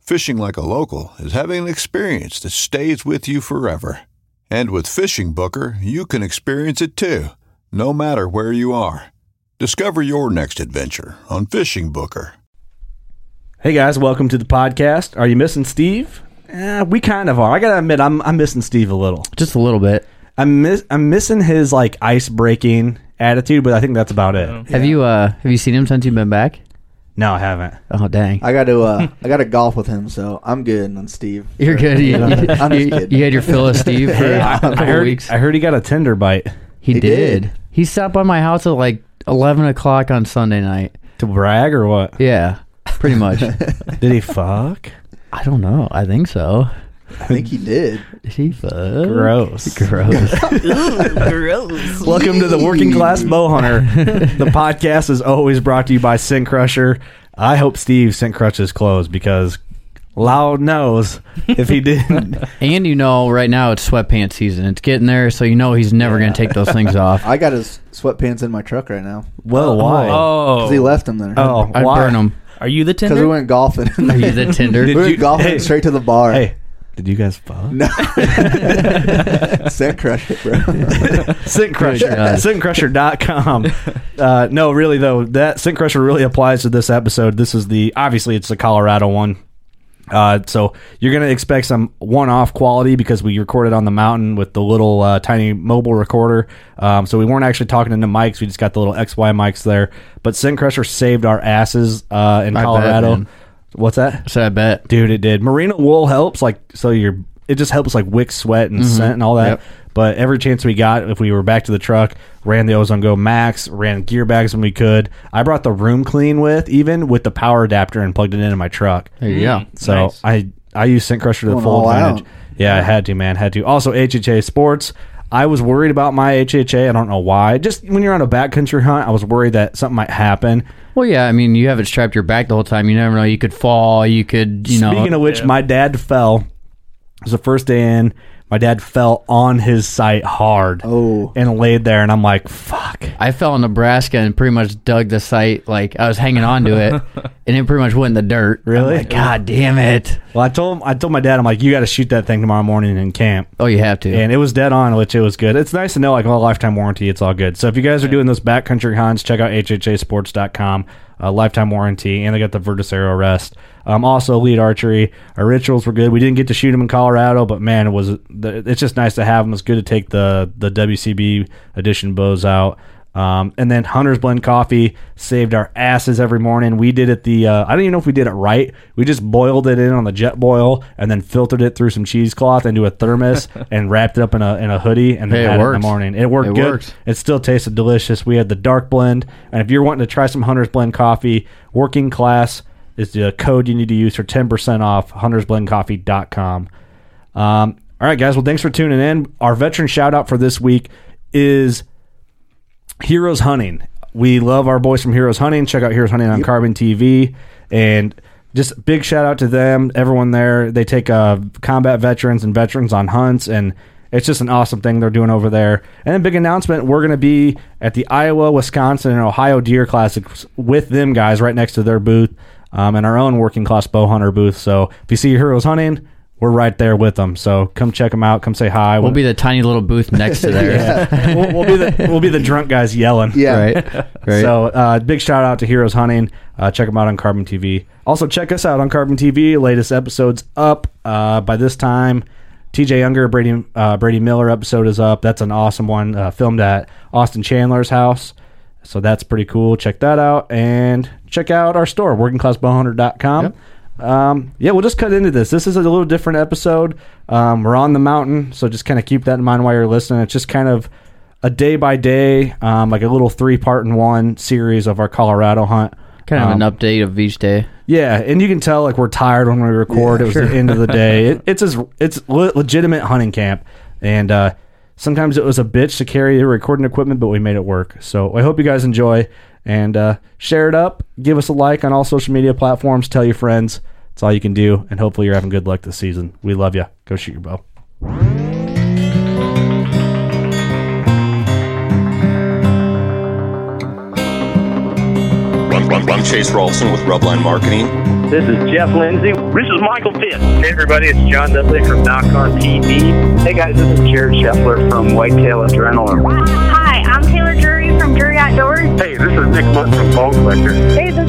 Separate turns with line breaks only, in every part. Fishing like a local is having an experience that stays with you forever. And with Fishing Booker, you can experience it too, no matter where you are. Discover your next adventure on Fishing Booker.
Hey guys, welcome to the podcast. Are you missing Steve? Eh, we kind of are. I gotta admit, I'm I'm missing Steve a little.
Just a little bit.
I'm miss I'm missing his like ice breaking attitude, but I think that's about it.
Have you uh have you seen him since you've been back?
No, I haven't.
Oh dang.
I got to uh, I got to golf with him, so I'm good on Steve.
You're good. You,
I'm just
you-
kidding.
you had your fill of Steve for a couple
I heard
weeks.
I heard he got a Tinder bite
he
He
did.
did.
He stopped by my house at like eleven o'clock on Sunday night.
to brag or what?
Yeah, pretty much.
Did he fuck?
I don't know. I think so.
I think he did.
She fuck.
Gross.
Gross.
Welcome to the Working Class Bow Hunter. the podcast is always brought to you by Sin Crusher. I hope Steve Sin Crushes clothes because loud knows if he didn't.
and you know, right now it's sweatpants season. It's getting there, so you know he's never gonna take those things off.
I got his sweatpants in my truck right now
Well, why?
Oh,
because he left them there.
Oh,
I'd
why?
burn them.
are you the
because we
Tinder?
went golfing.
Are
we
you the Tinder?
Did
went
you-
golfing
hey.
straight to the bar.
Hey, did you guys fuck?
No, Sand crush it, bro.
Scent Crusher.
Good God.
ScentCrusher.com. Uh, no, really, though, that Scent Crusher really applies to this episode. This is the, obviously, it's the Colorado one. Uh, so you're going to expect some one-off quality because we recorded on the mountain with the little uh, tiny mobile recorder. Um, so we weren't actually talking into mics. We just got the little XY mics there. But Sin Crusher saved our asses uh, in
I bet,
Colorado.
man.
What's that?
So I bet.
Dude, it did. Merino wool helps, like so your it just helps like wick sweat and scent and all that.
Yep.
But every chance we got, if we were back to the truck, ran the Ozone Go Max, ran gear bags when we could. I brought the room clean with, even with the power adapter and plugged it into my truck.
There you go.
So
Mm, Nice.
I I use Scent Crusher to the
Going
full
all
advantage.
out.
Yeah, I had to, man, had to. Also HHA Sports. I was worried about my HHA. I don't know why. Just when you're on a backcountry hunt, I was worried that something might happen.
Well, yeah. I mean, you have it strapped to your back the whole time. You never know. You could fall. You could, you know.
Speaking of which, my dad fell. It was the first day in. My dad fell on his site hard.
Oh.
And laid there, and I'm like, fuck.
I fell in Nebraska and pretty much dug the site. Like I was hanging on to it, and it pretty much went in the dirt.
Really?
I'm like, God damn it!
Well, I told him, I told my dad, I'm like, you got to shoot that thing tomorrow morning in camp.
Oh, you have to.
And it was dead on, which it was good. It's nice to know, like, all lifetime warranty, it's all good. So if you guys are doing those backcountry hunts, check out hhasports.com, uh, lifetime warranty, and they got the Virtus Arrow rest. Um, also, lead archery. Our rituals were good. We didn't get to shoot them in Colorado, but man, it was it's just nice to have them. It's good to take the the WCB edition bows out. Um, and then Hunter's Blend Coffee saved our asses every morning. We did it the, uh, I don't even know if we did it right. We just boiled it in on the jet boil and then filtered it through some cheesecloth into a thermos and wrapped it up in a, in a hoodie and then
Hey, it
had it in
works.
the morning. It worked
It
good.
works.
It still tasted delicious. We had the dark blend. And if you're wanting to try some Hunter's Blend Coffee, working class is the code you need to use for 10% off huntersblendcoffee.com. Um, all right, guys. Well, thanks for tuning in. Our veteran shout out for this week is Heroes Hunting. We love our boys from Heroes Hunting. Check out Heroes Hunting on Carbon TV. And just big shout out to them, everyone there. They take uh, combat veterans and veterans on hunts, and It's just an awesome thing they're doing over there. And a big announcement: we're going to be at the Iowa, Wisconsin, and Ohio Deer Classics with them guys right next to their booth um, and our own working class bow hunter booth. So if you see your heroes hunting, we're right there with them. So come check them out. Come say hi.
We'll be the tiny little booth next to there.
we'll, we'll be the we'll be the drunk guys yelling.
Yeah.
Right. Right.
So, uh, big shout out to Heroes Hunting. Uh, check them out on Carbon TV. Also, check us out on Carbon TV. Latest episodes up uh, by this time. TJ Younger, Brady uh, Brady Miller episode is up. That's an awesome one, uh, filmed at Austin Chandler's house. So that's pretty cool. Check that out and check out our store, workingclassbowhunter.com. Um, yeah, we'll just cut into this. This is a little different episode. Um, we're on the mountain, so just kind of keep that in mind while you're listening. It's just kind of a day by day, um, like a little three part in one series of our Colorado hunt.
kind of
Um,
an update of each day.
Yeah, and you can tell like we're tired when we record. it was the end of the day. It, it's as it's le- legitimate hunting camp, and uh, sometimes it was a bitch to carry the recording equipment, but we made it work. So I hope you guys enjoy and uh, share it up. Give us a like on all social media platforms. Tell your friends. It's all you can do, and hopefully you're having good luck this season. We love you. Go shoot your bow.
I'm, I'm- I'm Chase Rolfson with Rubline Marketing.
This is Jeff Lindsay. This is Michael Pitt. Hey, everybody, it's John Dudley from Knock on TV. Hey, guys, this is Jared Scheffler from Whitetail Adrenaline.
Hi, I'm Taylor Drury from Drury Outdoors.
Hey, this is Nick Munt from Bone Collector.
Hey, this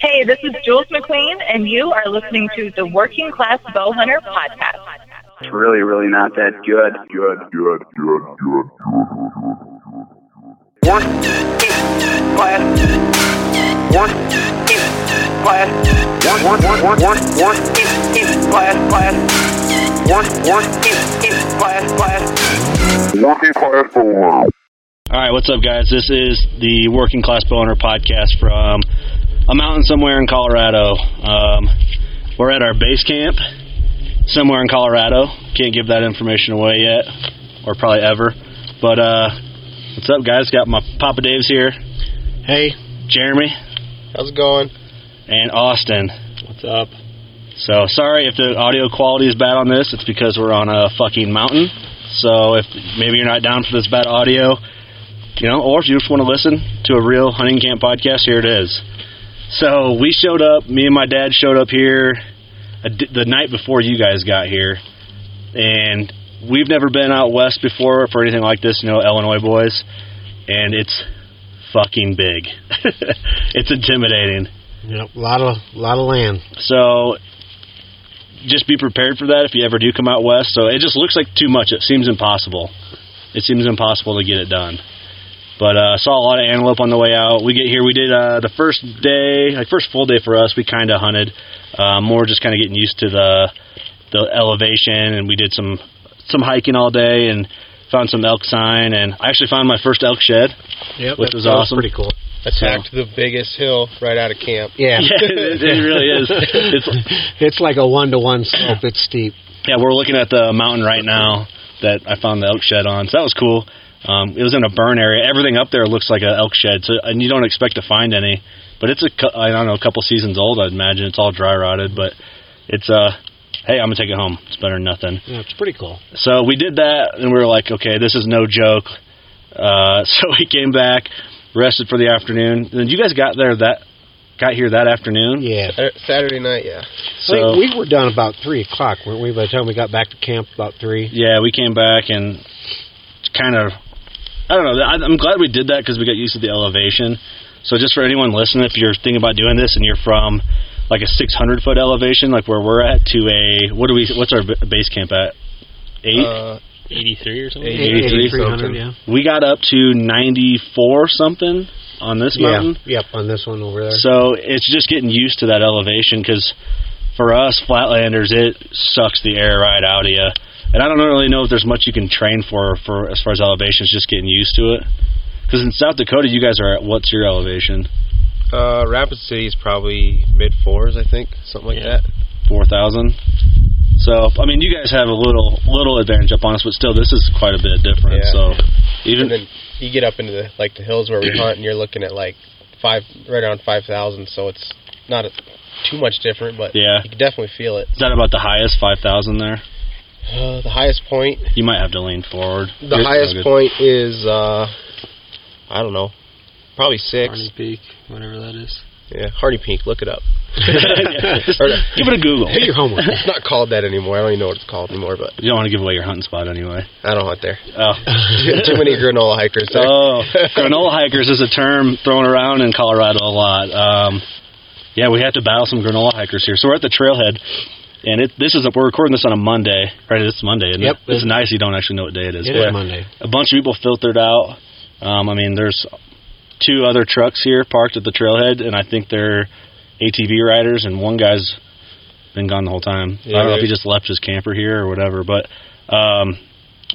Hey, this is Jules McQueen, and you are listening to the Working Class Bowhunter Podcast.
It's really, really not that good. Good, good, good, good, good. One class. One class. One, one, one, one, one, one class, class. One, one class, class. Working class for one.
All right, what's up, guys? This is the Working Class Bowhunter podcast from a mountain somewhere in Colorado. Um, we're at our base camp somewhere in Colorado. Can't give that information away yet, or probably ever. But uh, what's up, guys? Got my Papa Dave's here. Hey, Jeremy. How's it going? And Austin. What's up? So sorry if the audio quality is bad on this. It's because we're on a fucking mountain. So if maybe you're not down for this bad audio, you know, or if you just want to listen to a real hunting camp podcast, here it is. So we showed up. Me and my dad showed up here a d the night before you guys got here, and we've never been out west before for anything like this. You know, Illinois boys, and it's fucking big. it's intimidating.
Yep, a lot of lot of land.
So just be prepared for that if you ever do come out west. So it just looks like too much. It seems impossible. It seems impossible to get it done. But uh, saw a lot of antelope on the way out. We get here. We did uh, the first day, like first full day for us. We kind of hunted, uh, more just kind of getting used to the the elevation, and we did some some hiking all day and found some elk sign. And I actually found my first elk shed.
Yep,
Which
that-
was
that
awesome.
Pretty cool.
Attacked
the biggest hill right out of camp. Yeah,
Yeah, it, it really is. It's
it's like a one to one slope. It's steep.
Yeah, we're looking at the mountain right now that I found the elk shed on. So that was cool. Um, it was in a burn area. Everything up there looks like an elk shed, so and you don't expect to find any. But it's a cou- I don't know a couple seasons old. I'd imagine it's all dry rotted, but it's uh hey I'm gonna take it home. It's better than nothing.
Yeah, it's pretty cool.
So we did that, and we were like, okay, this is no joke. Uh, so we came back, rested for the afternoon. And you guys got there that got here that afternoon.
Yeah,
Saturday night, yeah.
I think
So
we were done about three o'clock, weren't we? By the time we got back to camp, about three.
yeah, we came back and kind of, I don't know. I, I'm glad we did that because we got used to the elevation. So just for anyone listening, if you're thinking about doing this and you're from like a 600 foot elevation, like where we're at, to a what do we? What's our b- base camp at? Eight.
83 Uh, or something. 8300,
83,
yeah.
we got up to 94 something on this
Yeah,
mountain.
yep, on this one over there.
So it's just getting used to that elevation because for us flatlanders, it sucks the air right out of you. And I don't really know if there's much you can train for for as far as elevations, just getting used to it. Because in South Dakota, you guys are at what's your elevation?
Uh, Rapid City is probably mid fours, I think, something like that.
Four thousand. So I mean, you guys have a little little advantage up on us, but still, this is quite a bit different.
Yeah.
So even
and then you get up into the like the hills where we hunt, and you're looking at like five, right around five thousand. So it's not a, too much different, but
Yeah.
you can definitely feel it.
is that about the highest five thousand there?
Uh, the highest point,
You might have to lean forward.
the
Here's
highest
a good-
point is, uh, I don't know, probably six. Harney
Peak, whatever that is.
Yeah, Hardy Peak. Look it up.
Just
Or-
give it a Google.
Do your homework. It's not called that anymore. I don't even know what it's called anymore, but
You don't want to give away your hunting spot anyway.
I don't hunt there.
Oh,
Too many granola hikers there.
Oh, granola hikers is a term thrown around in Colorado a lot. Um, yeah, we have to battle some granola hikers here. So we're at the trailhead, and it, this is a, we're recording this on a Monday, right? It's Monday, isn't
Yep.
it? It's nice you don't actually know what day it is.
It is
but
Monday.
A bunch of people filtered out. Um, I mean, there's two other trucks here parked at the trailhead, and I think they're ATV riders, and one guy's been gone the whole time.
Yeah,
I don't know if
they-
he just left his camper here or whatever. But um,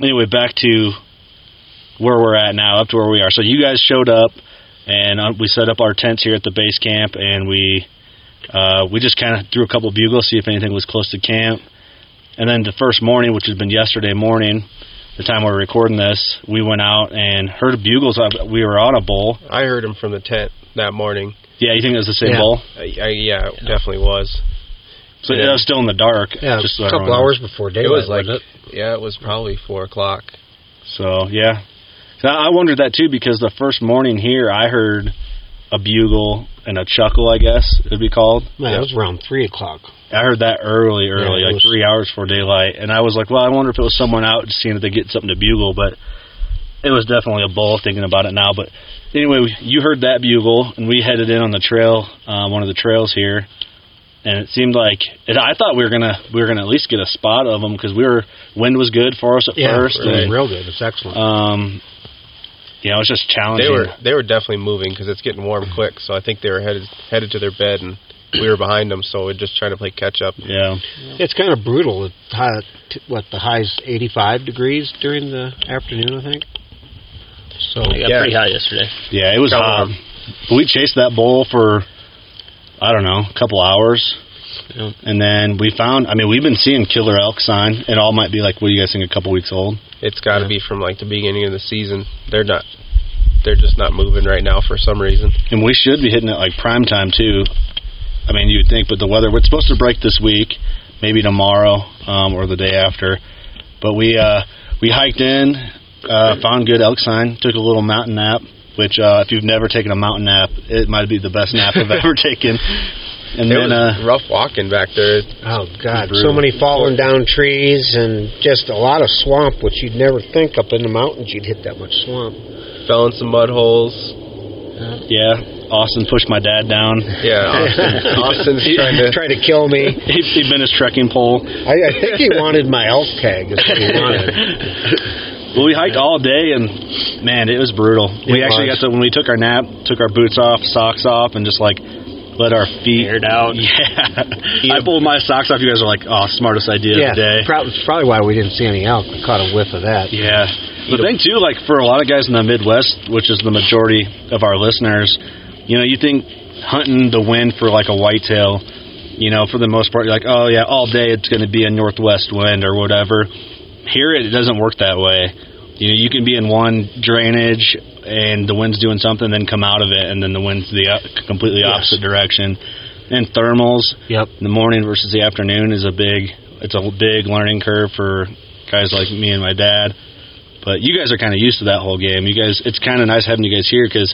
anyway, back to where we're at now, up to where we are. So you guys showed up, and uh, we set up our tents here at the base camp, and we uh, we just kind of threw a couple bugles, see if anything was close to camp. And then the first morning, which has been yesterday morning, the time we were recording this, we went out and heard bugles. Uh, We were on a bull.
I heard him from the tent that morning.
Yeah, you think it was the same
Yeah.
bull?
I, I, yeah, it definitely was.
So
Yeah.
it was still in the dark.
Yeah,
just so
a couple
everyone knows.
hours before daylight, It was like- wasn't Yeah, it was probably four o'clock.
So yeah, so I wondered that too because the first morning here, I heard a bugle and a chuckle. I guess it'd be called.
Man, it was around three o'clock.
I heard that early, early,
Yeah, it
like
was-
three hours before daylight, and I was like, "Well, I wonder if it was someone out just seeing if they get something to bugle." But it was definitely a bull. Thinking about it now, but anyway, we- you heard that bugle, and we headed in on the trail, uh, one of the trails here, and it seemed like it, I thought we were gonna we were gonna at least get a spot of them because we were wind was good for us at
Yeah,
first.
it was
and,
real good. It's excellent.
Um, you know, it's just challenging.
They were they were definitely moving because it's getting warm quick. So I think they were headed headed to their bed, and we were behind them. So we're just trying to play catch up.
Yeah.
It's kind of brutal. It's high, t- what the highs eighty five degrees during the afternoon, I think. So
It got pretty hot yesterday.
Yeah, it was
Got
hot.
warm.
We chased that bull for I don't know, a couple hours.
Yeah.
And then we found I mean, we've been seeing killer elk sign. It all might be like what do you guys think a couple weeks old?
It's got to be from like the beginning of the season. They're not. They're just not moving right now for some reason.
And we should be hitting it like prime time too. I mean, you'd think, but the weather it's supposed to break this week, maybe tomorrow um, or the day after. But we uh, we hiked in, uh, found good elk sign, took a little mountain nap. Which, uh, if you've never taken a mountain nap, it might be the best nap I've ever taken.
it
And then, uh,
was rough walking back there.
Oh God, so many falling down trees and just a lot of swamp, which you'd never think up in the mountains you'd hit that much swamp.
Fell in some mud holes.
Yeah, Austin pushed my dad down.
Yeah, Austin- Austin's trying to-
tryed to kill me.
He, he bent his trekking pole.
I, I think he wanted my elk tag. Is what he wanted.
Well, we hiked all day, and man, it was brutal. we
It
actually
was.
got to when we took our nap, took our boots off, socks off, and just like let our feet aired out. Yeah, I pulled my socks off. You guys are like, oh, smartest idea of the day.
prob- it's probably why we didn't see any elk. We caught a whiff of that.
Yeah. The thing too, like for a lot of guys in the Midwest, which is the majority of our listeners, you know, you think hunting the wind for like a whitetail, you know, for the most part, you're like, oh yeah, all day it's going to be a northwest wind or whatever. Here it doesn't work that way. You know, you can be in one drainage and the wind's doing something, then come out of it, and then the wind's the o- completely
Yes.
opposite direction. And thermals,
Yep.
the morning versus the afternoon is a big it's a big learning curve for guys like me and my dad but you guys are kind of used to that whole game you guys it's kind of nice having you guys here because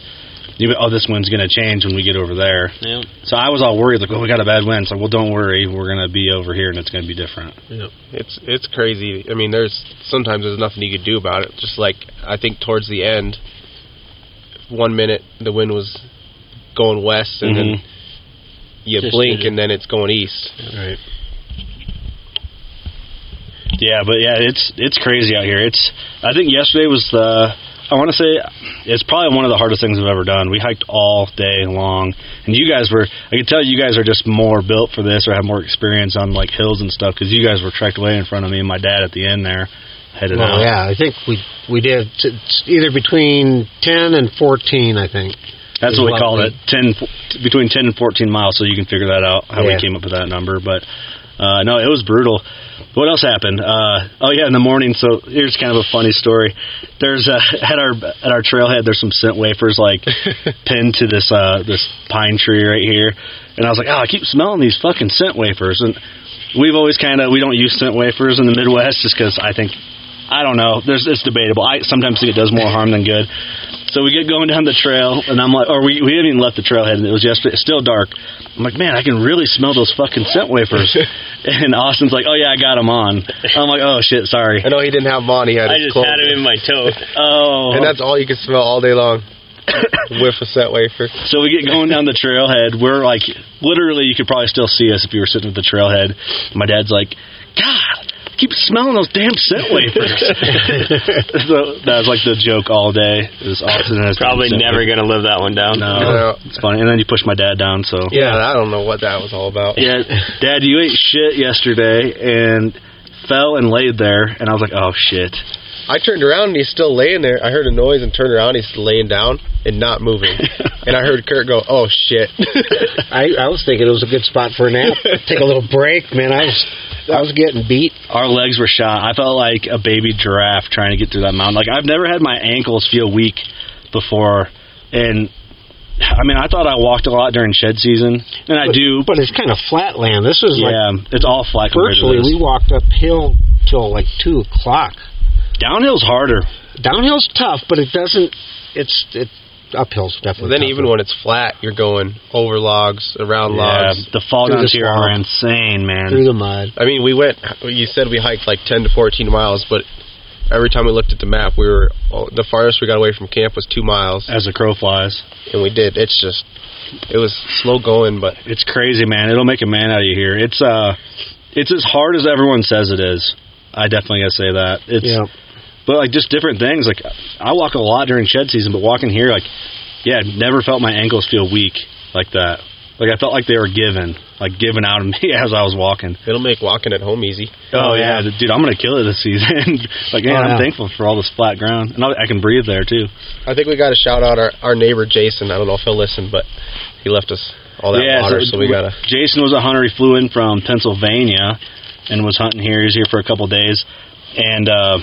you oh this wind's going to change when we get over there
Yeah.
so i was all worried like oh we got a bad wind so well don't worry we're going to be over here and it's going to be different
It's it's crazy. I mean, there's sometimes there's nothing you could do about it. Just like I think towards the end, one minute the wind was going west, and
Mhm.
then
Mm-hmm.
you
Just
blink,
did it.
and then it's going east.
Right.
yeah but yeah it's it's crazy out here it's i think yesterday was the
I want to say it's probably one of the hardest things I've ever done. We hiked all day long, and you guys were. I could tell you guys are just more built for this or have more experience on like hills and stuff because you guys were trekked way in front of me and my dad at the end there, headed
Well,
Oh,
out.
yeah, I think we we did t- t- either between ten and fourteen. I think
That's
is
what we called
we-
it, ten between ten and fourteen miles. So you can figure that out how we
Yeah.
came up with that number. But uh, no, it was brutal. What else happened? Uh, oh yeah, in the morning. So here's kind of a funny story. There's uh, at our at our trailhead. There's some scent wafers like pinned to this uh, this pine tree right here. And I was like, oh, I keep smelling these fucking scent wafers. And we've always kind of we don't use scent wafers in the Midwest just because I think I don't know. There's it's debatable. I sometimes think it does more harm than good. So we get going down the trail, and I'm like, or we we haven't even left the trailhead, and it was yesterday. It's still dark. I'm like, man, I can really smell those fucking scent wafers. and Austin's like, oh yeah, I got them on. I'm like, oh shit, sorry. I know he didn't have them on. He
had
I
his
just
clothes.
had him in my toe. Oh,
and that's all you could smell all day long. Whiff a set wafer.
So we get going down the trailhead. We're like, literally, you could probably still see us if you were sitting at the trailhead. My dad's like, God, I keep smelling those damn scent wafers. so that was like the joke all day. It was Austin and his
Probably
damn scent
never
wafers.
going to live that one down.
No, it's funny. And then you push my dad down. So
Yeah, I don't know what that was all about.
yeah, Dad, you ate shit yesterday and fell and laid there, and I was like, oh shit.
I turned around and he's still laying there. I heard a noise and turned around. He's laying down and not moving. and I heard Kurt go, "Oh shit!"
I, I was thinking it was a good spot for a nap. Take a little break, man. I was I was getting beat.
Our legs were shot. I felt like a baby giraffe trying to get through that mountain. Like I've never had my ankles feel weak before, and I mean, I thought I walked a lot during shed season, and I do.
But it's kind of flat land. This is
yeah,
like
it's all flat. compared to
virtually.
this.
We walked uphill till like two o'clock.
Downhill's harder.
Downhill's tough, but it doesn't. It's it uphill's
Well,
definitely.
then
tougher.
even when it's flat, you're going over logs, around
Yeah,
logs.
the fall Through downs the here are swamp. insane, man. Through
the mud.
I mean, we went. You said we hiked like 10 to 14 miles, but every time we looked at the map, we were oh, the farthest we got away from camp was two miles.
As the crow flies.
And we did. It's just, it was slow going, but
it's crazy, man. It'll make a man out of you here. It's uh, it's as hard as everyone says it is. I definitely gotta say that. It's,
Yeah.
but like just different things. Like I walk a lot during shed season, but walking here, like, yeah, I've never felt my ankles feel weak like that. Like I felt like they were given, like given out of me as I was walking.
It'll make walking at home easy.
Oh, yeah. dude, I'm gonna kill it this season. like, man, I'm
Oh, yeah.
thankful for all this flat ground, and I, I can breathe there too.
I think we got to shout out our, our neighbor Jason. I don't know if he'll listen, but he left us all that water, so, we gotta.
Jason was a hunter. He flew in from Pennsylvania and was hunting here. He was here for a couple days, and uh,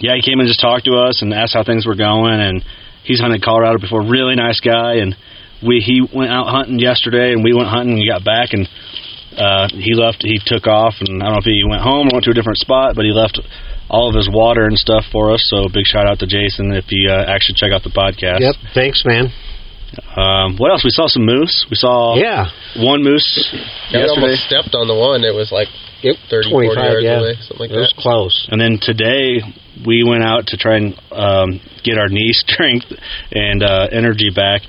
yeah, he came and just talked to us and asked how things were going. And he's hunted Colorado before. Really nice guy. And we he went out hunting yesterday, and we went hunting. and He got back and. Uh, he left. He took off, and I don't know if he went home or went to a different spot, but he left all of his water and stuff for us. So big shout out to Jason if he uh, actually check out the podcast.
Yep. Thanks, man.
Um, what else? We saw some moose. We saw
Yeah.
one moose
Yeah, we
yesterday,
almost stepped on the one. It was like yep, 30, 40
25,
yards
yeah.
away, something like
It was
that.
close.
and then today we went out to try and um, get our knee strength and uh, energy back.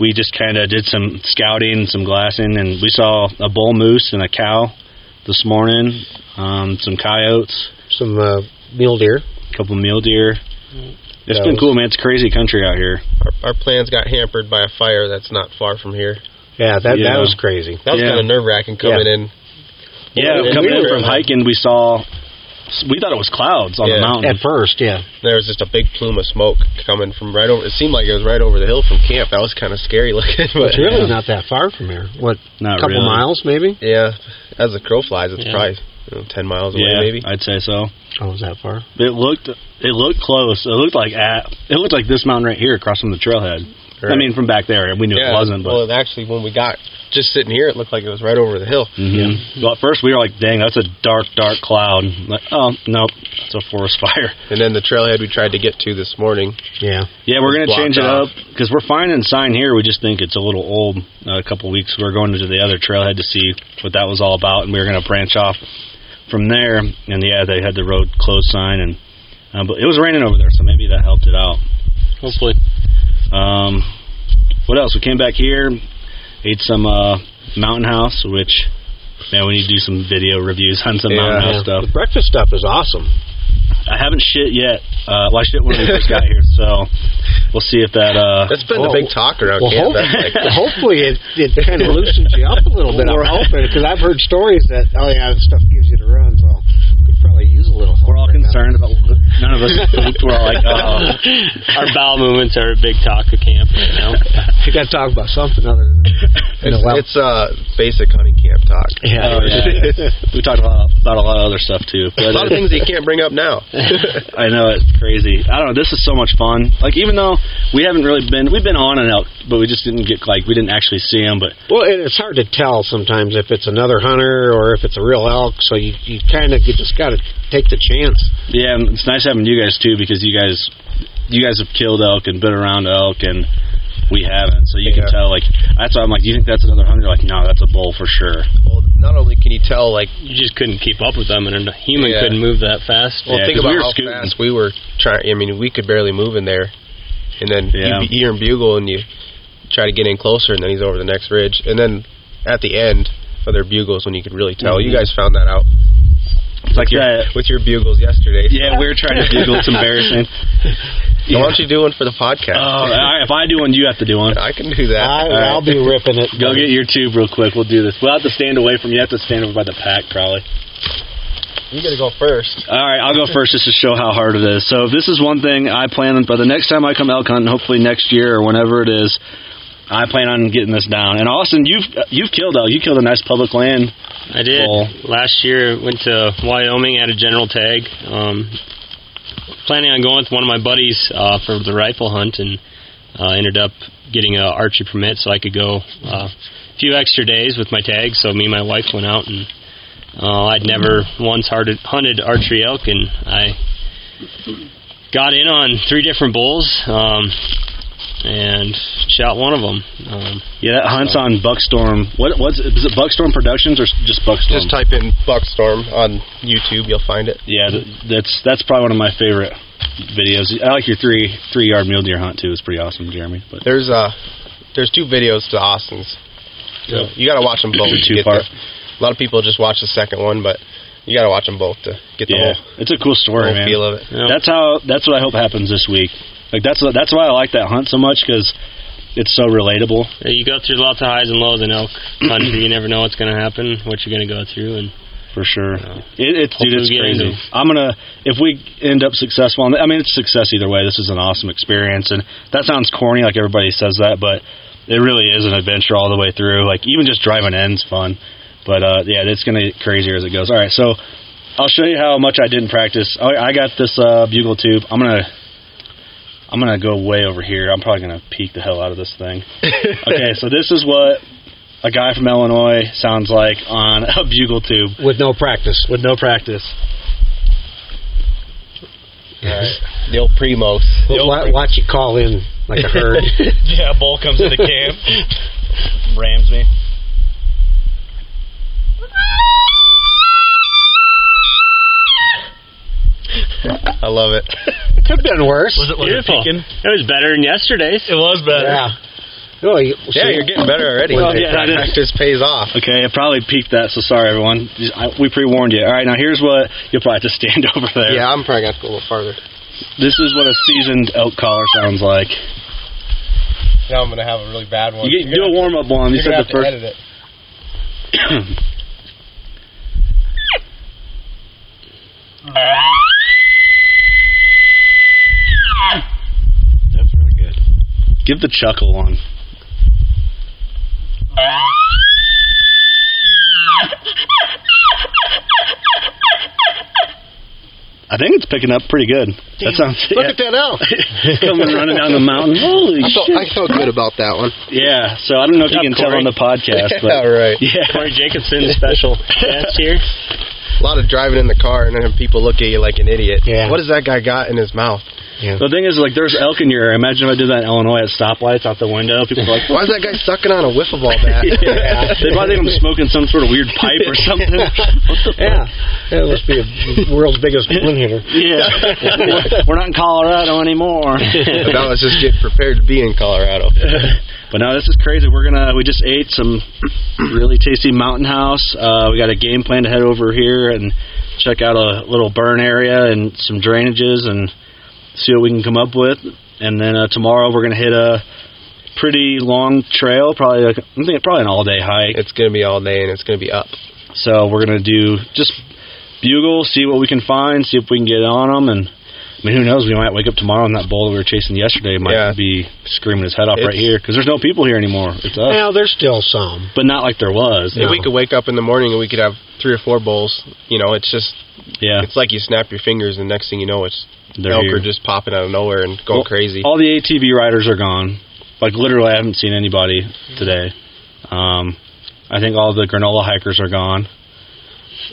We just kind of did some scouting, some glassing, and we saw a bull moose and a cow this morning. Um, some coyotes,
some uh, mule deer,
a couple mule deer. It's
That
been
was-
cool, man. It's crazy country out here.
Our plans got hampered by a fire that's not far from here.
Yeah, that
Yeah.
that was crazy.
That was
Yeah.
kind of nerve wracking coming
Yeah.
in.
Yeah,
And
coming
we
in
were-
from hiking, we saw. We thought it was clouds on
Yeah.
the mountain.
At first, yeah.
There was just a big plume of smoke coming from right over. It seemed like it was right over the hill from camp. That was kind of scary looking. But
It's really not that far from here. What?
Not
couple
really.
miles, maybe.
Yeah, as the crow flies, it's
Yeah.
probably you know, ten miles away,
yeah,
maybe.
I'd say so.
Oh, is that far?
It looked it looked close. It looked like at it looked like this mountain right here across from the trailhead. I
Right.
mean, from back there, we knew
yeah,
it wasn't. But
well, it actually, when we got just sitting here, it looked like it was right over the hill.
Mhm. well, at first we were like, "Dang, that's a dark, dark cloud." Like, oh nope, it's a forest fire.
And then the trailhead we tried to get to this morning.
Yeah.
Yeah, we're gonna
Blocked
change it up
off.
because we're finding sign here. We just think it's a little old. Uh, a couple weeks, we're going to the other trailhead to see what that was all about, and we were gonna branch off from there. And yeah, they had the road closed sign, and uh, but it was raining over there, so maybe that helped it out.
Hopefully.
Um, what else? We came back here, ate some uh, Mountain House, which man, we need to do some video reviews on some Mountain House stuff.
The breakfast stuff is awesome.
I haven't shit yet. Uh, well, I shit when we first got here, so we'll see if that. Uh,
That's been the big talk around
Well,
camp.
hope-
That's like-
Hopefully, it, it kind of loosens you up a little bit. I'm
We're-
hoping because I've heard stories that oh yeah, that stuff gives you the runs. So could probably use a little. Help
We're all concerned about none of us
us pooped.
We're all like, oh, our bowel movements are a big talk of camp right now.
You got to talk about something other than
It's, it's uh, basic hunting camp talk. Oh,
Yeah, yeah. we talked a lot about a lot of other stuff too.
a
But
lot of things that you can't bring up now.
I know it's crazy. I don't know. This is so much fun. Like even though we haven't really been, we've been on and out, but we just didn't get like we didn't actually see them. But
Well, and it's hard to tell sometimes if it's another hunter or if it's a real elk. So you, you kind of you just got to take the chance.
yeah, and it's nice having you guys too because you guys, you guys have killed elk and been around elk and. We haven't, so you can tell. Like that's why I'm like, do you think that's another hunter? Like, no, that's a bull for sure.
Well, not only can you tell, like
you just couldn't keep up with them, and a human
Yeah.
couldn't move that fast.
Well, think about how fast we were trying. I mean, we could barely move in there, and then
Yeah.
you be- hear him bugle, and you try to get in closer, and then he's over the next ridge, and then at the end of their bugles, when you could really tell. You
Mhm.
guys found that out. It's
like
your,
that-
with your bugles yesterday.
Yeah, we were trying to bugle. It's embarrassing.
So Why don't you do one for the podcast?
Oh, all right, if I do one, you have to do one.
I can do that.
I,
All right.
I'll be ripping it.
Go get your tube real quick. We'll do this. We'll have to stand away from you. You Have to stand over by the pack, probably.
You got to go first.
All right, I'll go first just to show how hard it is. So if this is one thing I plan on, by the next time I come elk hunting, hopefully next year or whenever it is, I plan on getting this down. And Austin, you've you've killed elk. You killed a nice public land.
I did.
bull.
Last year, went to Wyoming at a general tag. Um, planning on going with one of my buddies uh, for the rifle hunt, and uh, ended up getting a archery permit so I could go uh, a few extra days with my tag. So me and my wife went out, and uh, I'd never once hunted, hunted archery elk, and I got in on three different bulls. Um, and shot one of them. Um,
Yeah, that hunts on Buckstorm. What what's is it Buckstorm Productions or just Buckstorm?
Just type in Buckstorm on YouTube. You'll find it.
Yeah, th- that's that's probably one of my favorite videos. I like your three three yard mule deer hunt too. It's pretty awesome, Jeremy. But
There's uh, there's two videos to Austin's.
Yeah.
You got to watch them both. to
Two
get
part.
the- a lot of people just watch the second one, but you got to watch them both to get the
yeah,
whole.
it's a cool story,
whole
man.
feel of it. Yeah.
That's how. That's what I hope happens this week. Like that's that's why I like that hunt so much because it's so relatable.
You go through lots of highs and lows in elk country. You never know what's going to happen, what you're going to go through, and
for sure. It, it's
Hopefully
dude,
we
it's
get
crazy.
into it.
I'm gonna if we end up successful. On, I mean, it's success either way. This is an awesome experience, and that sounds corny, like everybody says that, but it really is an adventure all the way through. Like even just driving in's fun, but uh, yeah, it's gonna get crazier as it goes. All right, so I'll show you how much I didn't practice. Oh, I got this uh, bugle tube. I'm gonna. I'm gonna go way over here. I'm probably gonna peek the hell out of this thing. okay, so this is what a guy from Illinois sounds like on a bugle tube
with no practice.
With no practice.
The old Primos.
Well, why, watch you call in like a herd.
yeah, bull comes into camp, rams me.
I love it.
Could have been worse.
Was it- was it Beautiful. peaking? It was better than yesterday's. It was better.
Yeah. No, you,
Yeah, you're getting better already.
Well,
Like,
Oh, yeah, I did.
practice pays off.
Okay, it probably peaked that, so sorry everyone. Just- I- we pre-warned you. All right, now here's what you'll probably have to stand over there.
Yeah, I'm probably gonna have to go a little farther.
This is what a seasoned elk collar sounds like.
Now I'm gonna have a really bad one.
You get- do a warm up one. You
You're gonna have
said the
to
first.
edit it.
That's really good. Give the chuckle one. I think it's picking up pretty good. That sounds.
Look
yeah.
at that elk.
Coming running down the mountain.
I
Holy
felt,
shit.
I felt good about that one.
Yeah, so I don't know if you can tell on the podcast, but
yeah, right.
Yeah.
Corey Jacobson special guest here.
A lot of driving in the car, and then people look at you like an idiot.
Yeah.
What has that guy got in his mouth?
The thing is, like, there's elk in your area. Imagine if I did that in Illinois at stoplights out the window. People are like,
Why is that guy sucking on a wiffle ball bat?
Yeah. They probably think I'm smoking some sort of weird pipe or something. What the
Yeah,
fuck?
that must be the world's biggest one hitter.
Yeah. We're not in Colorado anymore.
now let's just get prepared to be in Colorado.
but no, this is crazy. We're gonna we just ate some really tasty mountain house. Uh, we got a game plan to head over here and check out a little burn area and some drainages and see what we can come up with. And then uh, tomorrow we're gonna hit a pretty long trail, probably like, I'm thinking probably an all day hike.
It's gonna be all day and it's gonna be up.
So we're gonna do just bugle, see what we can find, see if we can get on them, and I mean, who knows? We might wake up tomorrow and that bull that we were chasing yesterday might
Yeah.
be screaming his head off right
It's-
here because there's no people here anymore. It's us,
Now there's still some.
but not like there was.
If we could wake up in the morning and we could have three or four bowls, you know, it's just
Yeah.
It's like you snap your fingers and next thing you know, it's
They're
elk
here.
are just popping out of nowhere and going
Well,
crazy.
All the ATV riders are gone. Like literally, I haven't seen anybody today. Um, I think all the granola hikers are gone.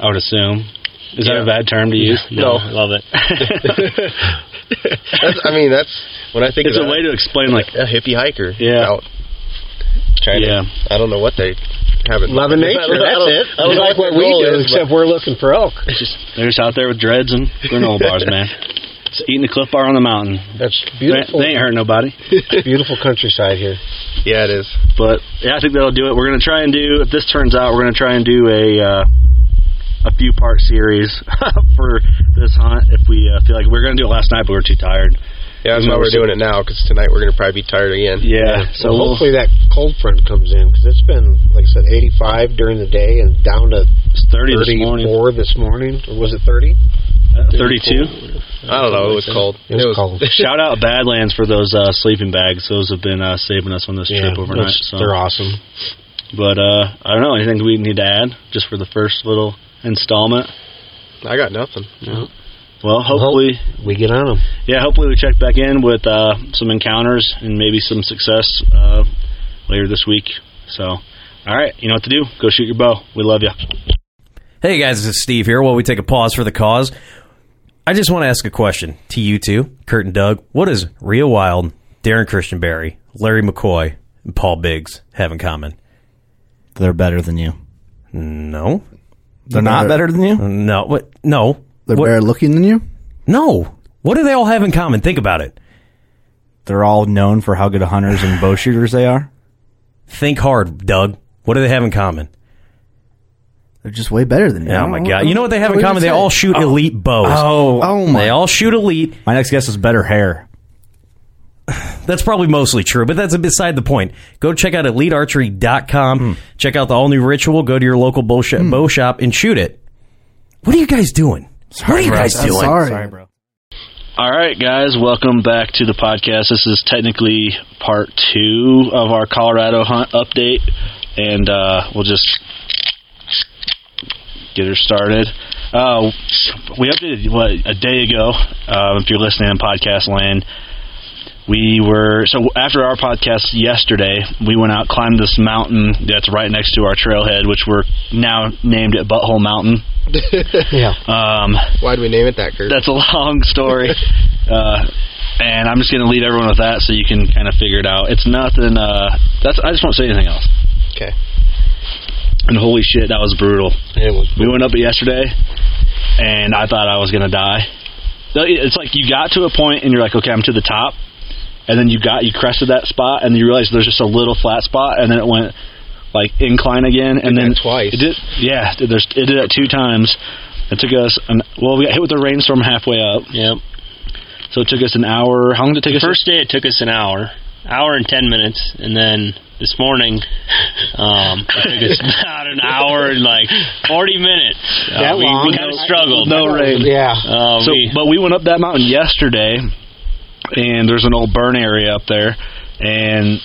I would assume. Is that
Yeah.
a bad term to use?
No, I
love it.
That's, I mean, that's when I think
it's
of
a
that,
way to explain like
a hippie hiker.
Yeah.
out trying
Yeah.
to. I don't know what they haven't.
Loving nature,
I don't- I
that's
don't-
it. Just
I don't know
like what
their
we
goal
do,
is, but-
except we're looking for elk.
It's just they're just out there with dreads and granola bars, man. Just eating a cliff bar on the mountain.
That's
They-
beautiful.
They, ain't hurt nobody.
beautiful countryside here.
Yeah, it is.
But yeah, I think that'll do it. We're gonna try and do if this turns out, we're gonna try and do a uh, a few part series for this hunt. If we uh, feel like we're gonna do it last night, but we are too tired.
Yeah, that's
You know,
why we're
we're
doing it now because tonight we're gonna probably be tired again.
Yeah,
So
so we'll-
hopefully that cold front comes in because it's been, like I said, 85 during the day and down to
it's thirty this morning,
34 this morning. Or was it 30?
thirty-two.
I don't know. It was cold.
It was, cold.
Shout out Badlands for those uh, sleeping bags. Those have been uh, saving us on this
Yeah,
trip overnight.
that's-
so.
They're awesome.
But uh, I don't know anything we need to add just for the first little installment.
I got nothing.
Well, hopefully.
We get on them.
Yeah, hopefully we check back in with uh, some encounters and maybe some success uh, later this week. So, all right, you know what to do. Go shoot your bow. We love you.
Hey guys, this is Steve here. While we take a pause for the cause, I just want to ask a question to you two, Kurt and Doug. What does Rhea Wild, Darren Christian Berry, Larry McCoy, and Paul Biggs have in common?
They're better than you.
No.
They're not better than you?
No. What? No.
They're
What-
better looking than you?
No. What do they all have in common? Think about it.
They're all known for how good hunters and bow shooters they are.
Think hard, Doug. What do they have in common?
They're just way better than you.
Oh my god! You know what they have in
What did
common?
you
They
say?
all shoot elite bows.
Oh. Oh, my-
They all shoot elite.
My next guess is better hair.
That's probably mostly true, but that's beside the point. Go check out elitearchery.com. Check out the all new ritual. Go to your local bow, sh- bow shop and shoot it. What are you guys doing? what are you
bro.
guys
I'm
doing?
sorry. Sorry, bro.
All right, guys, welcome back to the podcast. This is technically part two of our Colorado hunt update, and uh, we'll just get her started. Uh, we updated what a day ago. Uh, if you're listening in podcast land, we were so after our podcast yesterday, we went out climbed this mountain that's right next to our trailhead, which we're now named at Butthole Mountain.
yeah.
Um,
Why do we name it that, Kurt?
that's a long story. uh, and I'm just going to lead everyone with that so you can kind of figure it out. It's nothing. Uh, that's I just won't say anything else.
Okay.
And holy shit, that was brutal.
It was.
We went up yesterday, and I thought I was going to die. So it- It's like you got to a point and you're like, okay, I'm to the top, and then you got you crested that spot, and you realize there's just a little flat spot, and then it went like incline again, and then
twice.
It did, yeah, it- there's, it did that two times. It took us an well, we got hit with a rainstorm halfway up.
Yep.
So it took us an hour. How long did it take us?
First day it took us an hour, hour and ten minutes, and then this morning um, it took us about an hour and like forty minutes. Uh,
That
we
long?
kind of struggled.
No rain.
Yeah.
Uh,
so,
we,
but we went up that mountain yesterday, and there's an old burn area up there, and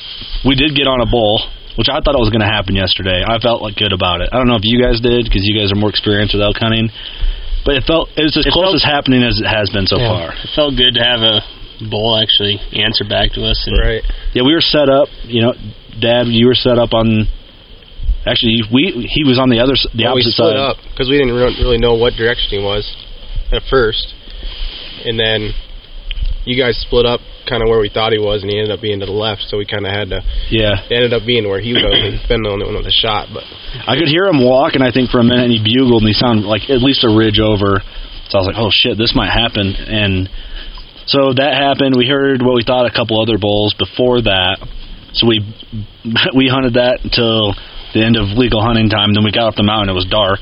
we did get on a bull, which I thought it was going to happen yesterday. I felt like good about it. I don't know if you guys did because you guys are more experienced with elk hunting, but it felt it was as
It
close
felt-
as happening as it has been so
Yeah.
far.
it felt good to have a bull actually answer back to us. And
right.
Yeah, we were set up. You know, Dad, you were set up on. Actually, we he was on the other s- the
Well, we
opposite
split
side.
up because we didn't re- really know what direction he was at first, and then you guys split up kind of where we thought he was, and he ended up being to the left. So we kind of had to.
Yeah.
It ended up being where he was. and He's been the only one with a shot, but
I could hear him walk, and I think for a minute he bugled, and he sounded like at least a ridge over. So I was like, "Oh shit, this might happen." And so that happened. We heard what we thought a couple other bulls before that. So we we hunted that until the end of legal hunting time. Then we got up the mountain. It was dark.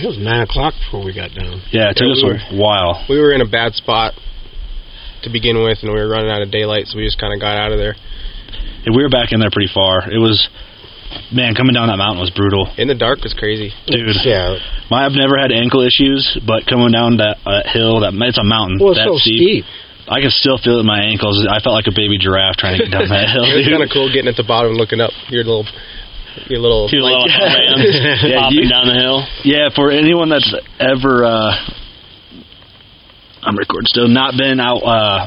it was nine o'clock before we got down.
Yeah, it took
Yeah,
us
we
a while.
we were in a bad spot to begin with, and we were running out of daylight, so we just kind of got out of there.
And we were back in there pretty far. It was man coming down that mountain was brutal.
In the dark was crazy,
Dude.
Yeah,
My, I've never had ankle issues, but coming down that uh, hill, that it's a mountain.
Well, it's
that
so steep.
I can still feel it in my ankles. I felt like a baby giraffe trying to get down that hill.
it was
dude.
kind of cool getting at the bottom and looking up. Your little, your little,
Your little
blanket.
arms popping down the hill. Yeah, for anyone that's ever, uh, I'm recording still, not been out uh,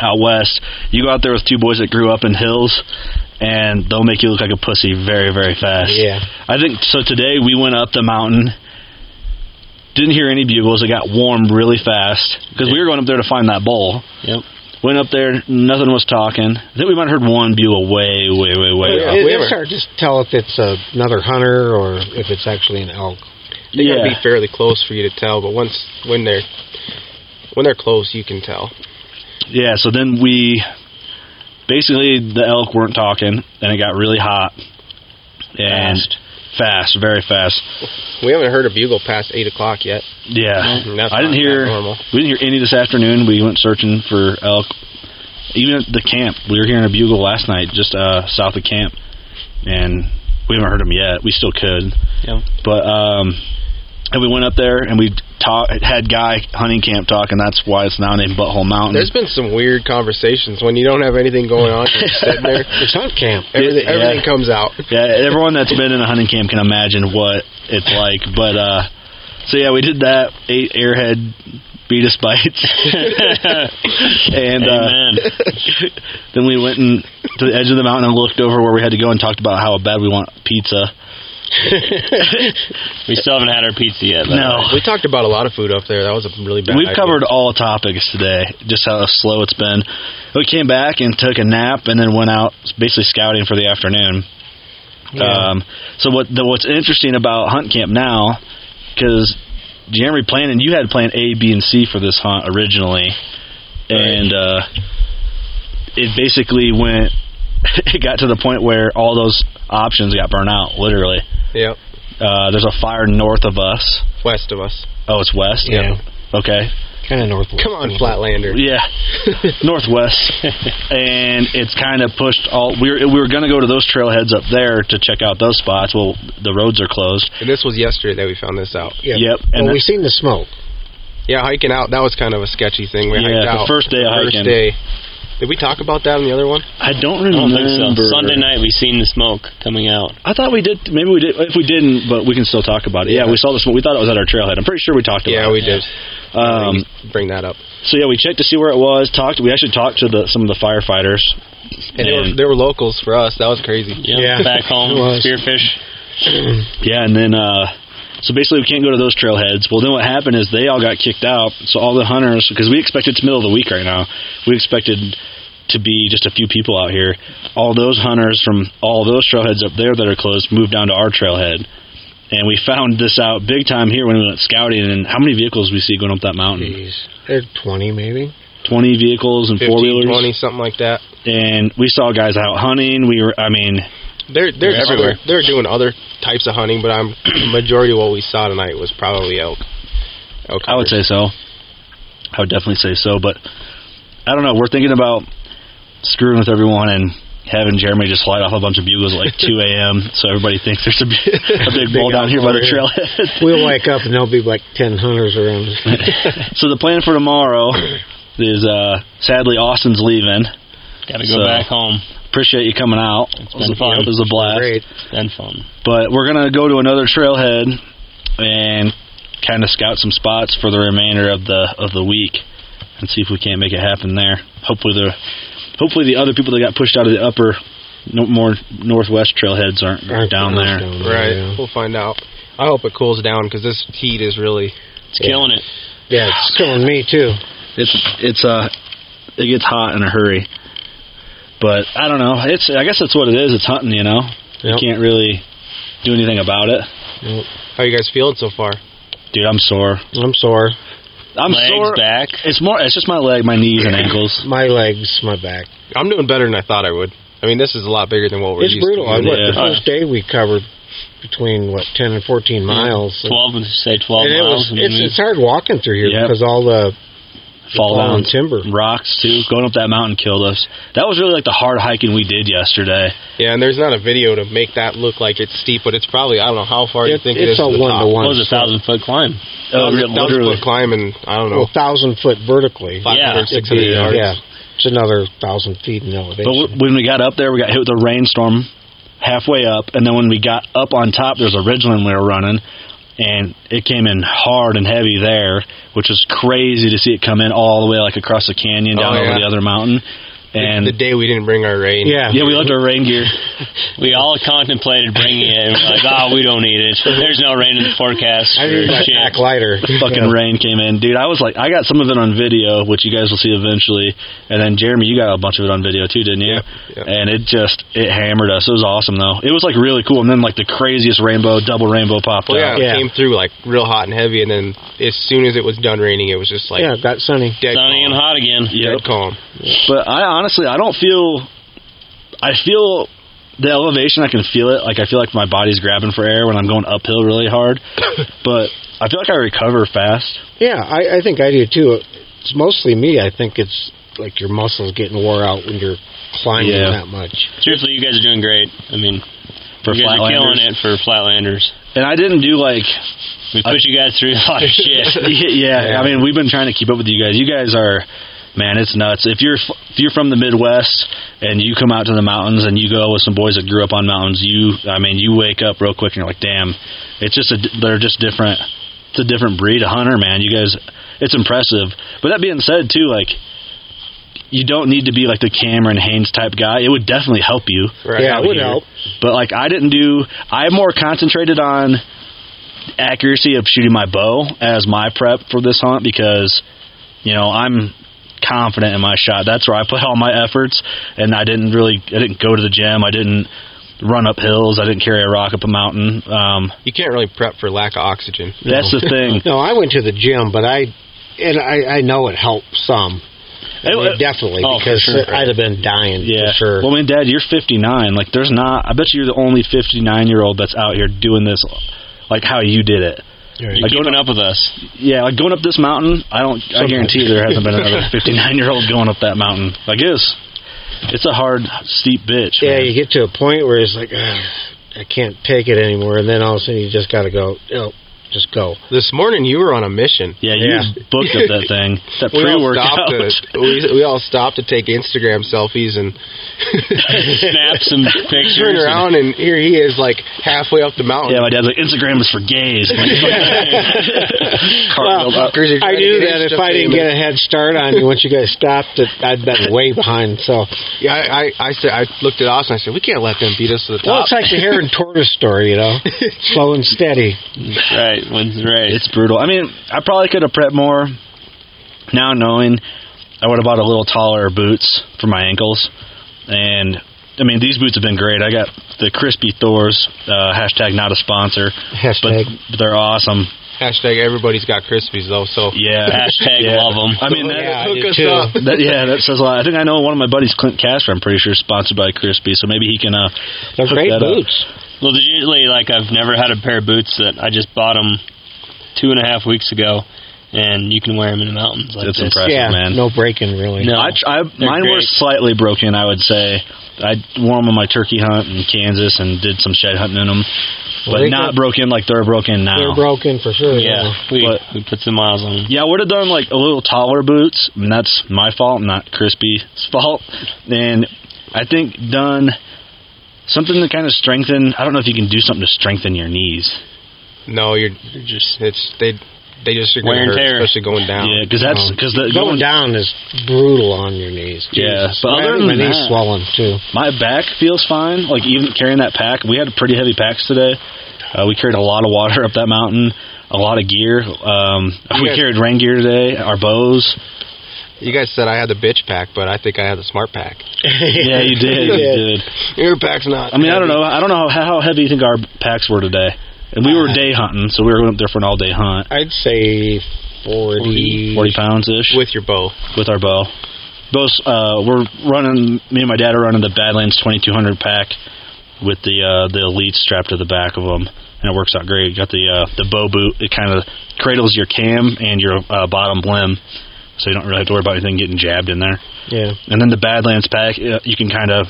out west, you go out there with two boys that grew up in hills, and they'll make you look like a pussy very, very fast.
Yeah.
I think so. Today we went up the mountain. Didn't hear any bugles. It got warm really fast because we were going up there to find that bull.
Yep.
Went up there, nothing was talking. I think we might have heard one bugle way, way, way, way up.
Oh, Yeah,
We
it's hard to just tell if it's uh, another hunter or if it's actually an elk. They gotta
Yeah.
be fairly close for you to tell, but once when they're when they're close, you can tell.
Yeah, so then we basically the elk weren't talking and it got really hot and fast, very fast.
We haven't heard a bugle past eight o'clock yet.
Yeah.
And that's
I
not
didn't hear
normal.
we didn't hear any this afternoon. We went searching for elk. Even at the camp, we were hearing a bugle last night just uh south of camp and we haven't heard them yet. We still could.
Yep.
But um and we went up there and we talked had guy hunting camp talk and that's why it's now named Butthole Mountain.
There's been some weird conversations when you don't have anything going on. You're just sitting there. It's hunt camp. Everything,
Yeah.
everything comes out.
Yeah, everyone that's been in a hunting camp can imagine what it's like. But uh so yeah, we did that. Eight airhead beat us bites, and uh, then we went and to the edge of the mountain and looked over where we had to go and talked about how bad we want pizza.
we still haven't had our pizza yet. uh, by the
No.
way.
We talked about a lot of food up there. That was a really bad.
We've
idea.
covered all topics today, just how slow it's been. We came back and took a nap, and then went out basically scouting for the afternoon.
Yeah.
Um, so what the, what's interesting about hunt camp now, because Jeremy planned and you had planned A, B, and C for this hunt originally, and uh, it basically went. It got to the point where all those options got burnt out, literally.
Yep.
Uh, there's a fire north of us.
West of us.
Oh, it's west.
Yeah.
Okay.
Kind of northwest. Come on, Flatlander.
Yeah, northwest, and it's kind of pushed all. We were we were going to go to those trailheads up there to check out those spots. Well, the roads are closed.
And this was yesterday that we found this out.
Yeah. Yep, and
And well, we
that-
seen the smoke. Yeah, hiking out. That was kind of a sketchy thing. We
Yeah,
hiked
the
out.
first day of
First
hiking.
day. Did we talk about that on the other one?
I don't
I don't
remember.
think so. Sunday night we seen the smoke coming out.
I thought we did. Maybe we did. If we didn't, but we can still talk about it. Yeah, we saw this. We thought it was at our trailhead. I'm pretty sure we talked about
Yeah,
it.
we did.
Um,
Bring that up.
so yeah, we checked to see where it was. Talked. We actually talked to the, some of the firefighters.
And, they, were,
And-
they were locals for us. That was crazy.
Yeah, back home,
It was.
spearfish.
Yeah, and then uh, so basically we can't go to those trailheads. Well, then what happened is they all got kicked out. So all the hunters, because we expected it's middle of the week right now, we expected to be just a few people out here. All those hunters from all those trailheads up there that are closed moved down to our trailhead. And we found this out big time here when we went scouting. And how many vehicles we see going up that mountain?
They're 20 maybe.
Twenty vehicles and
15,
four wheelers.
20, something like that.
And we saw guys out hunting. We were, I mean,
They're, they're,
They're everywhere.
Other, they're doing other types of hunting, but I'm majority of what we saw tonight was probably elk. elk
I would say so. I would definitely say so, but I don't know. We're thinking about screwing with everyone and having Jeremy just light off a bunch of bugles at like 2 a.m. so everybody thinks there's a, bu- a big bull down here by the trailhead.
we'll wake up and there'll be like 10 hunters around.
so the plan for tomorrow is uh sadly Austin's leaving.
Gotta go back home.
Appreciate you coming out. It's
been fun.
It was a blast.
It's been fun.
But we're gonna go to another trailhead and kind of scout some spots for the remainder of the of the week and see if we can't make it happen there. Hopefully the hopefully the other people that got pushed out of the upper no, more northwest trailheads aren't,
Aren't
down there.
right. We'll find out. I hope it cools down because this heat is really. It's
killing it.
Yeah, it's killing me too.
It's it's uh it gets hot in a hurry. But I don't know. It's I guess that's what it is. It's hunting, you know. You
Yep.
can't really do anything about it.
How you guys feeling so far?
Dude, I'm sore.
I'm sore.
I'm
Legs,
sore.
back.
It's more. It's just my leg, my knees, and ankles.
my legs, my back. I'm doing better than I thought I would. I mean, this is a lot bigger than what we're
It's
used
brutal.
to.
I, what, the
Oh,
first day we covered between what ten and fourteen
Mm-hmm.
miles.
Twelve, say twelve
and it
miles.
was
and
it's,
we-
it's hard walking through here
Yep.
because all the
Fall
fallen
down.
timber.
Rocks too. Going up that mountain killed us. That was really like the hard hiking we did yesterday.
Yeah, and there's not a video to make that look like it's steep, but it's probably I don't know how far you
It-
think it is.
it's a
to the top.
one-to-one. It was a
thousand foot climb.
Oh,
yeah,
thousand
literally.
foot climb, and I don't know.
Well, thousand foot vertically.
500,
It'd
600
be-
yards.
Yeah, it's another thousand feet in elevation.
But w- when we got up there, we got hit with a rainstorm halfway up, and then when we got up on top, there's a ridgeline we were running, and it came in hard and heavy there, which was crazy to see it come in all the way like across the canyon down
Oh, yeah.
over the other mountain. And
the day we didn't bring our rain.
yeah, we left our rain gear.
we all contemplated bringing it. And we're like, oh, we don't need it. There's no rain in the forecast.
I
or
need my
shit."
pack lighter.
The fucking rain came in, dude. I was like, I got some of it on video, which you guys will see eventually, and then Jeremy, you got a bunch of it on video too, didn't you? And it just it hammered us. It was awesome though. It was like really cool, and then like the craziest rainbow, double rainbow popped
Well, yeah,
out.
Uh, it came through like real hot and heavy, and then as soon as it was done raining, it was just like
yeah, it got sunny.
dead
Sunny
calm.
and hot again.
Dead calm.
But I honestly, I don't feel. I feel the elevation. I can feel it. Like I feel like my body's grabbing for air when I'm going uphill really hard. but I feel like I recover fast.
Yeah, I, I think I do too. It's mostly me. I think it's like your muscles getting wore out when you're climbing
Yeah.
that much.
Seriously, you guys are doing great. I mean,
For
you guys are killing
Flatlanders.
it for Flatlanders.
And I didn't do like
We put you guys through a lot of shit.
yeah, I mean, we've been trying to keep up with you guys. You guys are, man, it's nuts. If you're f- if you're from the Midwest and you come out to the mountains and you go with some boys that grew up on mountains, you, I mean, you wake up real quick and you're like, damn, it's just a, di- they're just different. It's a different breed of hunter, man. You guys, it's impressive. But that being said, too, like. You don't need to be like the Cameron Haynes type guy. It would definitely help you.
Right. Yeah, it
out
would
here.
help.
But like, I didn't do. I more concentrated on accuracy of shooting my bow as my prep for this hunt because you know I'm confident in my shot. That's where I put all my efforts, and I didn't really I didn't go to the gym. I didn't run up hills. I didn't carry a rock up a mountain. Um,
You can't really prep for lack of oxygen.
that's the thing.
no, I went to the gym, but I and I, I know it helped some. I
It-
mean,
it-
definitely
oh, for
because
sure.
I'd have been dying
Yeah.
for sure.
Well, I mean, Dad, you're 59. Like, there's not. I bet you're the only 59 year old that's out here doing this, like how you did it.
You're
Like,
keeping up with us.
Yeah, like going up this mountain, I don't.
Sometimes.
I guarantee there hasn't been another 59 year old going up that mountain. Like it is, it's a hard, steep bitch.
yeah,
man.
you get to a point where it's like "Ugh, I can't take it anymore, and then all of a sudden you just got to go. No, just go.
This morning you were on a mission.
Yeah, you
Yeah.
booked up that thing. That
We all
pre-workout.
stopped to, we, we all stopped to take Instagram selfies and
Snap some pictures.
turn around, and here he is, like halfway up the mountain.
yeah, my dad's like Instagram is for gays.
Well,
Cartwheeled up.
I knew that if I didn't get a head start on you once you guys stopped, that I'd been way behind. So,
Yeah, I, I, I said I looked at Austin. I said we can't let them beat us to the top.
well, it's like the hare and tortoise story, you know, slow and steady.
Right, when's right.
It's brutal. I mean, I probably could have prepped more. Now knowing, I would have bought a little taller boots for my ankles, and I mean these boots have been great. I got the crispy Thors. Uh, hashtag not a sponsor,
Hashtag.
but they're awesome.
Hashtag everybody's got Krispies though. So
Yeah.
Hashtag
yeah.
love 'em.
I mean, that,
Yeah, I
hook
do
us
too.
up.
that- yeah, that says a lot. I think I know one of my buddies, Clint Casper. I'm pretty sure is sponsored by Crispy, so maybe he can. Uh,
They're
hook
great
that up.
boots.
Well, there's usually like I've never had a pair of boots that I just bought them two and a half weeks ago, and you can wear them in the mountains. Like
That's
this.
impressive,
Yeah,
man.
no breaking really.
No,
I, tr- I
they're
mine were
great.
slightly broken. I would say I wore them on my turkey hunt in Kansas and did some shed hunting in them,
Well, they
but not
could-
broken like they're broken now.
They're broken for sure.
Yeah, we we put some miles on. 'em.
Yeah, I would have done like a little taller boots, and that's my fault, not Crispy's fault. And I think done something to kind of strengthen. I don't know if you can do something to strengthen your knees.
no, you're, you're just it's they they just are
Wear and
going to hurt,
tear.
especially going down. Um,
Yeah, because that's because the
Going down is brutal on your knees.
Yeah,
Jesus.
but
My-
other than
my knees
that-
swollen too.
My back feels fine. Like even carrying that pack, we had pretty heavy packs today. Uh, we carried a lot of water up that mountain, a lot of gear. Um, we
Yeah.
carried rain gear today, our bows.
You guys said I had the bitch pack, but I think I had the smart pack.
yeah, you did. You did.
Your pack's not.
I mean, I don't know. I don't know how, how heavy you think our packs were today. And we were day hunting, so we were up there for an all day hunt.
Uh, I'd say 40,
40 pounds ish.
With your bow.
With our bow. Both, uh, we're running, me and my dad are running the Badlands 2200 pack with the uh, the elite strapped to the back of them, and it works out great. You got the uh, the bow boot, it kind of cradles your cam and your uh, bottom limb, so you don't really have to worry about anything getting jabbed in there.
Yeah.
And then the Badlands pack, uh, you can kind of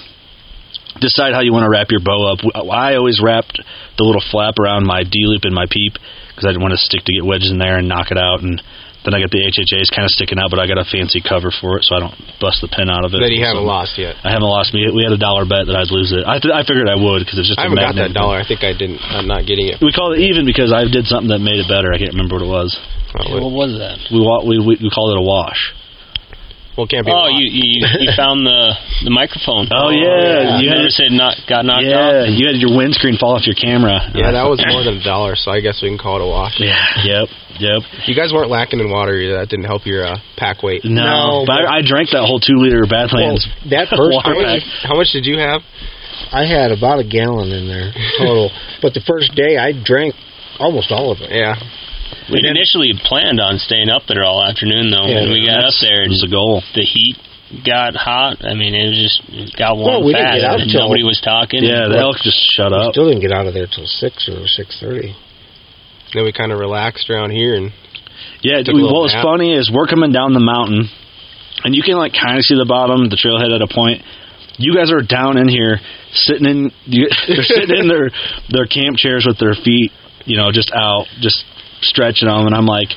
decide how you want to wrap your bow up. W- I always wrapped the little flap around my D loop and my peep because I didn't want to stick to get wedged in there and knock it out. And then I got the HHAs kind of sticking out, but I got a fancy cover for it so I don't bust the pin out of it.
That you haven't
So-
lost yet.
I haven't lost me. We had a dollar bet that I'd lose it. I, th- I figured I would because it's just.
I
a
haven't got that
magnet.
dollar. I think I didn't. I'm not getting it.
We called it even because I did something that made it better. I can't remember what it was.
What was that?
We wa- we we, we called it a wash.
Well, can't
be
Oh,
a lot.
you, you you found the the microphone.
Oh, yeah,
you
you had
never
it-
said not got knocked
yeah,
off.
you had your windscreen fall off your camera.
Yeah, that was more than a dollar, so I guess we can call it a wash.
Yeah. Yep. Yep.
You guys weren't lacking in water either. That didn't help your uh, pack weight.
No, but I, I drank that whole two liter Badlands.
Well, that first how
water
much,
pack.
how much did you have?
I had about a gallon in there total, but the first day I drank almost all of it.
Yeah.
We initially planned on staying up there all afternoon though,
Yeah,
and we got up there and
was the goal.
The heat got hot. I mean, it was just it got warm
Well, we didn't
fast.
get out
and
till-
nobody was talking.
Yeah, the
Well,
elk just shut
We
up.
still didn't get out of there till six or six thirty.
Then we kind of relaxed around here and
Yeah,
Took a
dude,
little
what was
nap.
funny is we're coming down the mountain, and you can like kind of see the bottom, the trailhead at a point. You guys are down in here, sitting in you, they're sitting in their their camp chairs with their feet, you know, just out, just stretching them, and I'm like.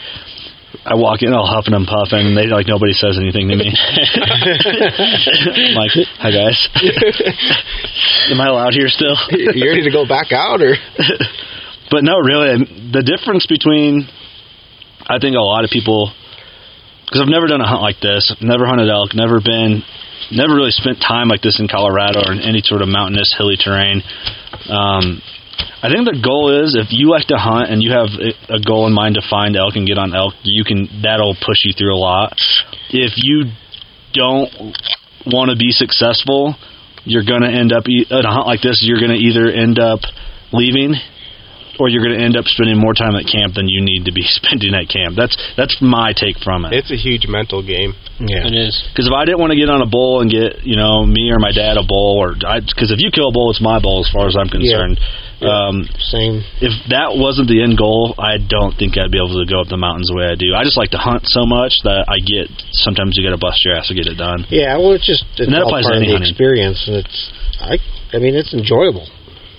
I walk in all huffing and puffing, and they like nobody says anything to me. I'm like, hi guys, am I allowed here still?
you ready to go back out or?
But no, really, I'm- the difference between I think a lot of people because I've never done a hunt like this, I've never hunted elk, never been, never really spent time like this in Colorado or in any sort of mountainous, hilly terrain. Um, I think the goal is if you like to hunt and you have a- a goal in mind to find elk and get on elk, you can that'll push you through a lot. If you don't want to be successful, you're going to end up e- in a hunt like this. You're going to either end up leaving or you're going to end up spending more time at camp than you need to be spending at camp. That's that's my take from it.
It's a huge mental game.
Yeah.
It is.
Because if I didn't want to get on a bull and get you know me or my dad a bull, or because if you kill a bull, it's my bull as far as I'm concerned. Um,
Same.
If that wasn't the end goal, I don't think I'd be able to go up the mountains the way I do. I just like to hunt so much that I get sometimes you got to bust your ass to get it done.
Yeah, well, it's just it's
And that
all
applies
part of
to any
the
hunting.
experience, and it's I I mean it's enjoyable.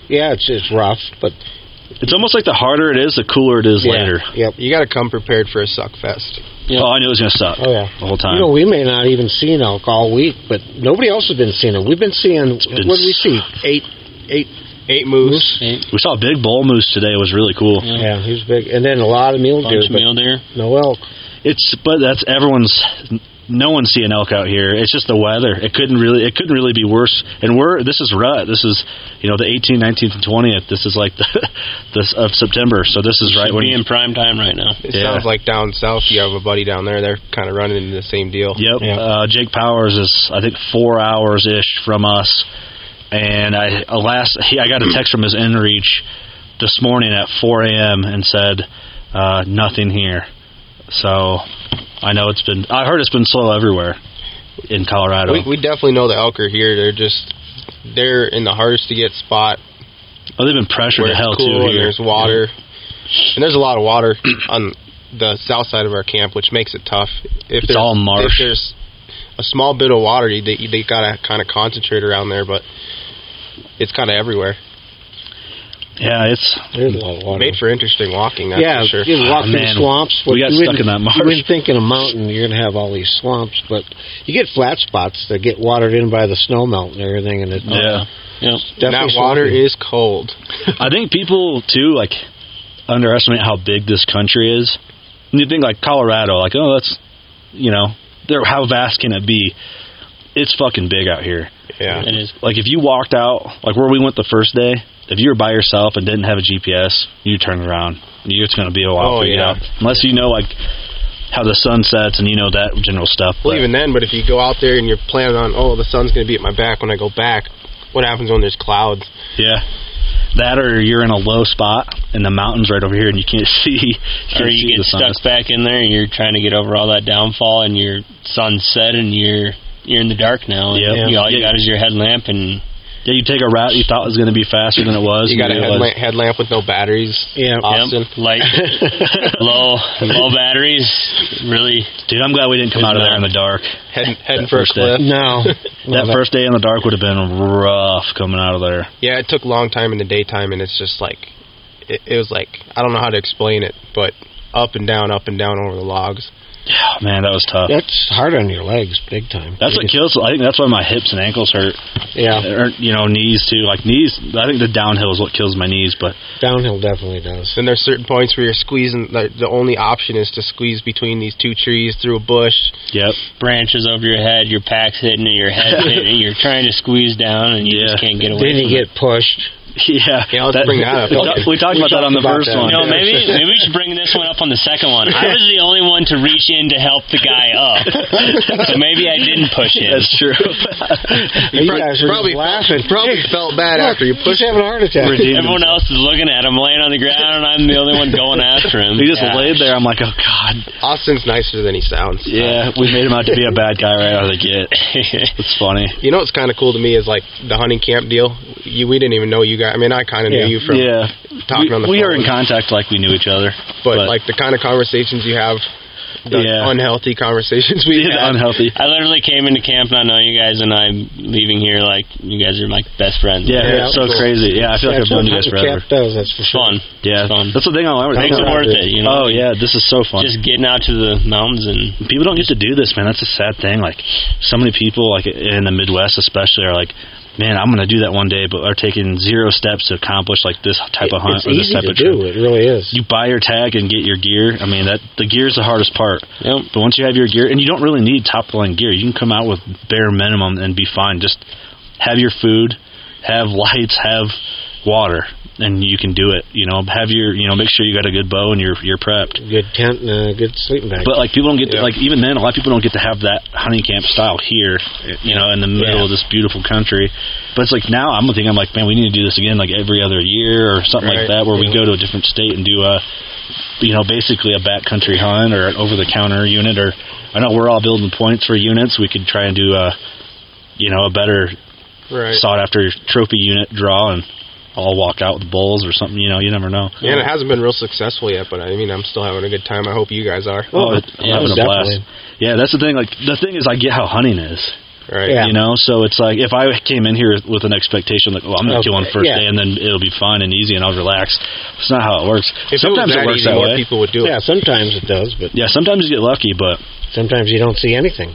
Yeah, it's it's rough, but
It's almost like the harder it is, the cooler it is later.
Yep.
You got to come prepared for a suck fest.
Oh, I knew it was gonna suck
Oh yeah.
the whole time.
You know, we may not even see an elk all week, but nobody else has been seeing them. We've been seeing
been
what did we see? Eight, eight,
eight moose.
we saw a big bull moose today. It was really cool.
Yeah, he was big, and then a lot of mule deer.
Bunch of
but
mule deer.
No elk.
It's but that's everyone's. No one's seeing elk out here. It's just the weather. It couldn't really. It couldn't really be worse. And we're this is rut. This is you know the 18th, 19th, and 20th. This is like the this of September. So this is right
Should
when
be in prime time right now.
It sounds like down south you have a buddy down there. They're kind of running into the same deal.
Yep. Uh, Jake Powers is I think four hours ish from us, and I uh, last he, I got a text from his inReach this morning at 4 a.m. and said uh, nothing here. So I know it's been. I heard it's been slow everywhere in Colorado.
We, we definitely know the elk are here. They're just they're in the hardest to get spot
oh, they've been pressured
where it's
to hell
cool
too
and
here.
there's water, and there's a lot of water on the south side of our camp, which makes it tough. If
It's
there's-
all
If
marsh.
there's a small bit of water, you- they they gotta kind of concentrate around there, but it's kind of everywhere.
Yeah, it's
There's a lot of water.
Made for interesting walking. That's
yeah,
for sure.
you walk
Ah,
through
man.
swamps.
We
what
got
you
stuck
wouldn't-
in that marsh.
You wouldn't think in a mountain you're going to have all these swamps, but you get flat spots that get watered in by the snow melt and everything, and it's
yeah.
Yeah.
And that
definitely
water
swampy.
is cold.
I think people too like underestimate how big this country is. And you think like Colorado, like oh that's you know there how vast can it be? It's fucking big out here.
Yeah.
It is.
Like if you walked out like where we went the first day, if you were by yourself and didn't have a GPS, you turn around. You- It's going to be a
Oh,
while for you
yeah.
out unless you know like how the sun sets and you know that general stuff.
Well, even then, but if you go out there and you're planning on, oh, the sun's going to be at my back when I go back, what happens when there's clouds?
Yeah. That or you're in a low spot and the mountain's right over here and you can't see.
or
can't see
you
the
get
sun.
stuck back in there and you're trying to get over all that downfall and your sunset and you're you're in the dark now and
Yep.
you, all you
Yeah.
got is your headlamp and
Yeah, you take a route you thought was going to be faster than it was.
You got a
and it was.
headlamp, headlamp with no batteries. Yeah, Austin.
light low low batteries really
Dude, I'm glad we didn't come out of there in the dark.
Heading, heading
That
for a
first
cliff.
day.
No.
That first day in the dark would have been rough coming out of there.
Yeah, it took a long time in the daytime, and it's just like it, it was like I don't know how to explain it, but up and down, up and down over the logs.
Yeah, man, that was tough.
That's hard on your legs, big time.
That's what kills. I think that's why my hips and ankles hurt.
Yeah.
or, you know, knees too. Like knees, I think the downhill is what kills my knees. But
Downhill definitely does. And there's certain points where you're squeezing. Like, the only option is to squeeze between these two trees through a bush.
Yep.
branches over your head your pack's hitting it your head's hitting it you're trying to squeeze down and you just can't get away
Then you
from
get
it.
pushed.
Yeah.
Yeah, let's
That-
bring that up.
we talked- we talked about that on the first one.
No,
No, maybe maybe we should bring this one up on the second one. I was the only one to reach in to help the guy up, so maybe I didn't push in.
That's true.
You guys were probably laughing. Probably felt bad after you pushed. He's having a heart attack.
Everyone else is looking at him laying on the ground, and I'm the only one going after him.
he just
Yeah.
laid there. I'm like, oh god.
Austin's nicer than he sounds.
Yeah, we made him out to be a bad guy right out of the get. It's funny.
You know what's kind of cool to me is like the hunting camp deal. You, we didn't even know you guys. I mean, I kind of
Yeah.
knew you from
Yeah.
talking
we,
on the phone.
we are in contact like we knew each other.
but, like the kind of conversations you have, the
Yeah.
unhealthy conversations we
Yeah.
have.
unhealthy.
I literally came into camp not knowing you guys, and I'm leaving here like you guys are my best friends.
Yeah, it's so crazy. Yeah, I feel like I've known you guys forever.
does, that's for fun.
Yeah, that's the thing I learned.
Makes it worth it, you know?
Oh yeah, this is so fun.
Just getting out to the mountains and
people don't get to do this, man. That's a sad thing. Like so many people, like in the Midwest especially, are like, "Man, I'm going to do that one day," but are taking zero steps to accomplish like this type of hunt
It's
or this
easy
type
to
of trip.
do. It really is.
You buy your tag and get your gear. I mean, that the gear is the hardest part. But once you have your gear, and you don't really need top line gear, you can come out with bare minimum and be fine. Just have your food, have lights, have water, and you can do it. You know, have your you know, make sure you got a good bow and you're you're prepped.
Good tent and a good sleeping bag.
But like people don't get to,
Yeah.
like even then a lot of people don't get to have that hunting camp style here, you know, in the middle of this beautiful country. But it's like now I'm thinking I'm like, man, we need to do this again like every other year or something like
Right.
that, where we
Yeah.
go to a different state and do a, you know, basically a backcountry hunt or an over the counter unit or I know we're all building points for units. We could try and do a, you know, a better
Right.
sought after trophy unit draw and all walk out with bulls or something. You know, you never know.
Man, it hasn't been real successful yet, but I mean, I'm still having a good time. I hope you guys are.
Oh, it- I'm having a blast. Yeah, that's the thing. Like the thing is, I get how hunting is.
Right.
Yeah.
You know, so it's like if I came in here with an expectation, like, well, I'm gonna
Okay,
kill on first
Oh, yeah.
day, and then it'll be fun and easy, and I'll relax. It's not how it works.
If it was
sometimes it,
that
works
easy,
that
more
way.
people would do it. Yeah, sometimes it does, but-
yeah, sometimes you get lucky, but
Sometimes you don't see anything.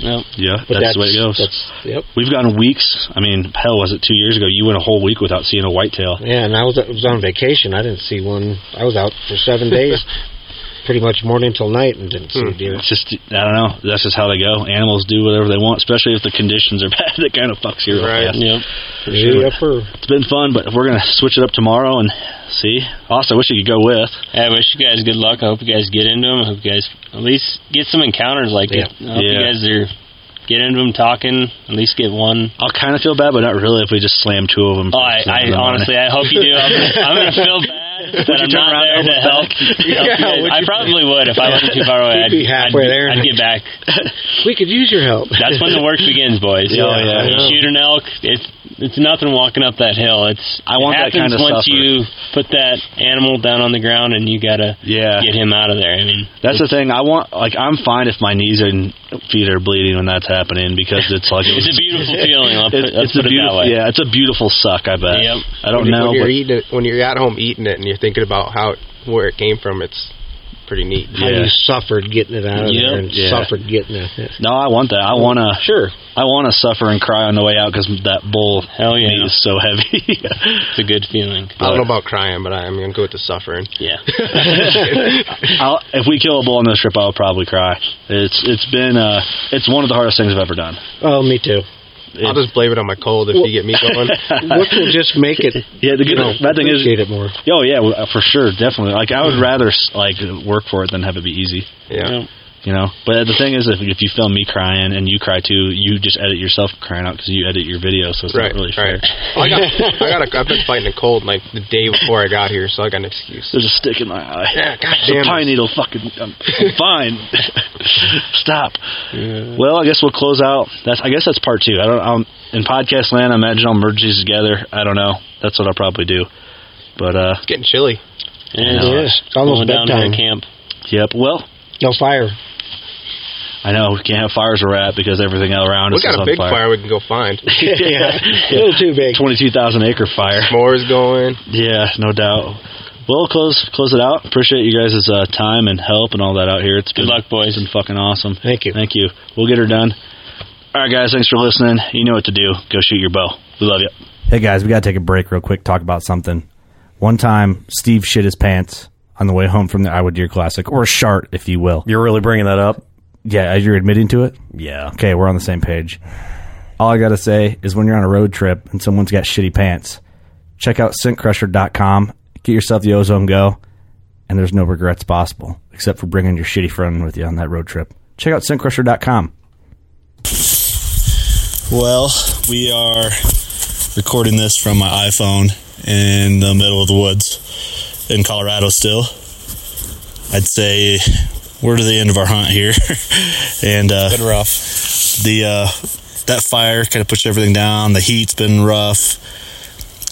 No.
yeah,
But
that's, the way it
that's-
goes.
that's- yep.
We've gone weeks. I mean, hell, was it two years ago? You went a whole week without seeing a whitetail.
Yeah, and I was, I was on vacation. I didn't see one. I was out for seven days, pretty much morning till night, and didn't see a deer.
Hmm. It's just I don't know. That's just how they go. Animals do whatever they want, especially if the conditions are bad. That kind of fucks you real
Right.
fast.
Yep.
For sure.
Yep, or-
It's been fun, but we're gonna switch it up tomorrow and see. Austin, I wish you could go with.
I wish you guys good luck. I hope you guys get into them. I hope you guys at least get some encounters like
Yeah.
it. I hope you
Yeah.
guys are get into them talking. At least get one.
I'll kind of feel bad, but not really if we just slam two of them.
Oh, I, I honestly, I hope you do. I'm, I'm gonna feel bad
Would
that
you
I'm
turn
not
around
there
and
to
elbow
help.
back?
help you
Yeah,
guys.
would
I
you-
probably would if I wasn't too far away.
You'd
I'd
be halfway
I'd,
there.
I'd get back.
We could use your help.
That's when the work begins, boys.
Yeah, Oh, yeah. I know.
Shoot an elk. It's it's nothing walking up that hill. It's I
want
it
that
happens
kind of
once
suffer.
you put that animal down on the ground and you gotta
yeah
get him out of there. I mean,
That's the thing. I want like I'm fine if my knees and feet are bleeding when that's happening because it's like
It's a beautiful feeling. I'll put-
It's-
let's
it's a
put it that
beautiful,
way.
yeah, it's a beautiful suck. I bet.
Yep.
I don't
when you-
know.
when you're
but-
eating it, when you're at home eating it and you're thinking about how it, where it came from. It's pretty neat.
How you Yeah.
suffered getting it out of there and
Yeah.
suffered getting it.
No, I want that. I want to.
Sure.
I want to suffer and cry on the way out because that bull
Hell yeah.
meat is so heavy. it's
a good feeling.
I don't know about crying, but I, I'm gonna go with the suffering.
Yeah.
I'll, if we kill a bull on this trip, I'll probably cry. It's it's been uh, it's one of the hardest things I've ever done.
Oh, me too.
I'll just blame it on my cold if
Well-
you get me going.
Which will just make it.
Yeah, the
you
good
know,
bad thing is
appreciate it more.
Oh yeah, well, uh, for sure, definitely. Like I would rather s- like work for it than have it be easy.
Yeah.
You know, but uh, the thing is, if, if you film me crying and you cry too, you just edit yourself crying out because you edit your video, so it's
Right,
not really
right.
fair.
I got, I got, a, I've been fighting a cold like the day before I got here, so I got an excuse.
There's a stick in my eye.
Yeah, God
It's a
damn it.
pine needle. Fucking, I'm, I'm fine. Stop. Well, I guess we'll close out. That's. I guess that's part two. I don't. Um, in podcast land, I imagine I'll merge these together. I don't know. That's what I'll probably do. But uh, it's
getting chilly.
Yeah,
It is. It's almost
Going down
bedtime.
here to camp. Yep. Well,
No fire.
I know we can't have fires where we're at because everything around
We
us is
got a
on
big
fire.
fire we can go find.
Yeah.
A little
too big.
Twenty-two thousand acre fire.
S'mores going.
Yeah, no doubt. Well, close close it out. Appreciate you guys' uh, time and help and all that out here. It's good luck, boys. It's been fucking awesome.
Thank you.
Thank you. We'll get her done. All right, guys. Thanks for listening. You know what to do. Go shoot your bow. We love you.
Hey guys, we gotta take a break real quick. Talk about something. One time, Steve shit his pants on the way home from the Iowa Deer Classic, or shart, if you will.
You're really bringing that up.
Yeah, you're admitting to it.
Yeah.
Okay, we're on the same page. All I gotta say is when you're on a road trip and someone's got shitty pants, check out SinkCrusher.com. Get yourself the Ozone Go, and there's no regrets possible except for bringing your shitty friend with you on that road trip. Check out SinkCrusher.com.
Well, we are recording this from my iPhone in the middle of the woods in Colorado still. I'd say we're to the end of our hunt here. and uh been rough. The uh that fire kind of pushed everything down. The heat's been rough.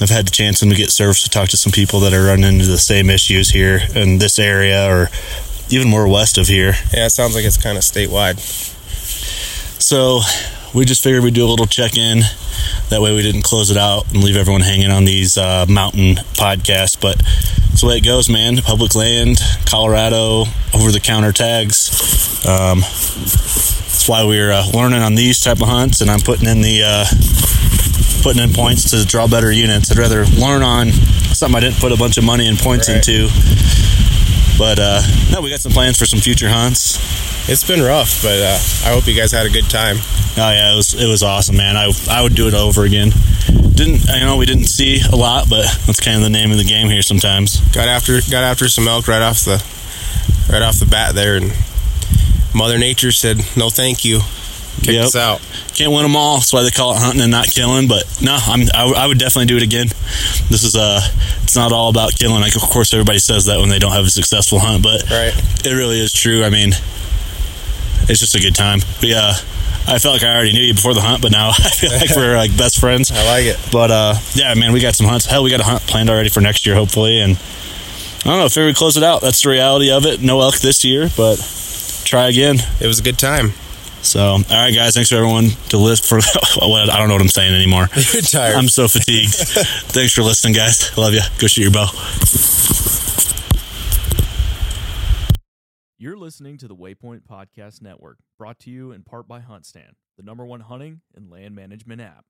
I've had the chance to get service to talk to some people that are running into the same issues here in this area or even more west of here.
Yeah, it sounds like it's kind of statewide.
So we just figured we'd do a little check in. That way we didn't close it out and leave everyone hanging on these uh, mountain podcasts. But it's the way it goes, man. Public land, Colorado, over the counter tags. Um, that's why we're uh, learning on these type of hunts, and I'm putting in the uh, putting in points to draw better units. I'd rather learn on something I didn't put a bunch of money and points into. But uh, no, we got some plans for some future hunts. It's been rough, but uh, I hope you guys had a good time. Oh yeah, it was it was awesome, man. I I would do it over again. Didn't you know we didn't see a lot, but that's kind of the name of the game here sometimes.
Got after got after some elk right off the right off the bat there, and Mother Nature said no, thank you. Kicked us out.
Can't win them all. That's why they call it hunting and not killing. But no, I'm, I, w- I would definitely do it again. This is uh, it's not all about killing. Like of course everybody says that when they don't have a successful hunt, but right. it really is true. I mean, it's just a good time. But yeah, I felt like I already knew you before the hunt, but now I feel like we're like best friends. I like it. But uh, yeah, man, we got some hunts. Hell, we got a hunt planned already for next year, hopefully. And I don't know, figure we close it out. That's the reality of it. No elk this year, but try again. It was a good time. So, all right, guys, thanks for everyone to list for. what I don't know what I'm saying anymore. You're tired. I'm so fatigued. thanks for listening, guys. Love you. Go shoot your bow.
You're listening to the Waypoint Podcast Network, brought to you in part by HuntStand, the number one hunting and land management app.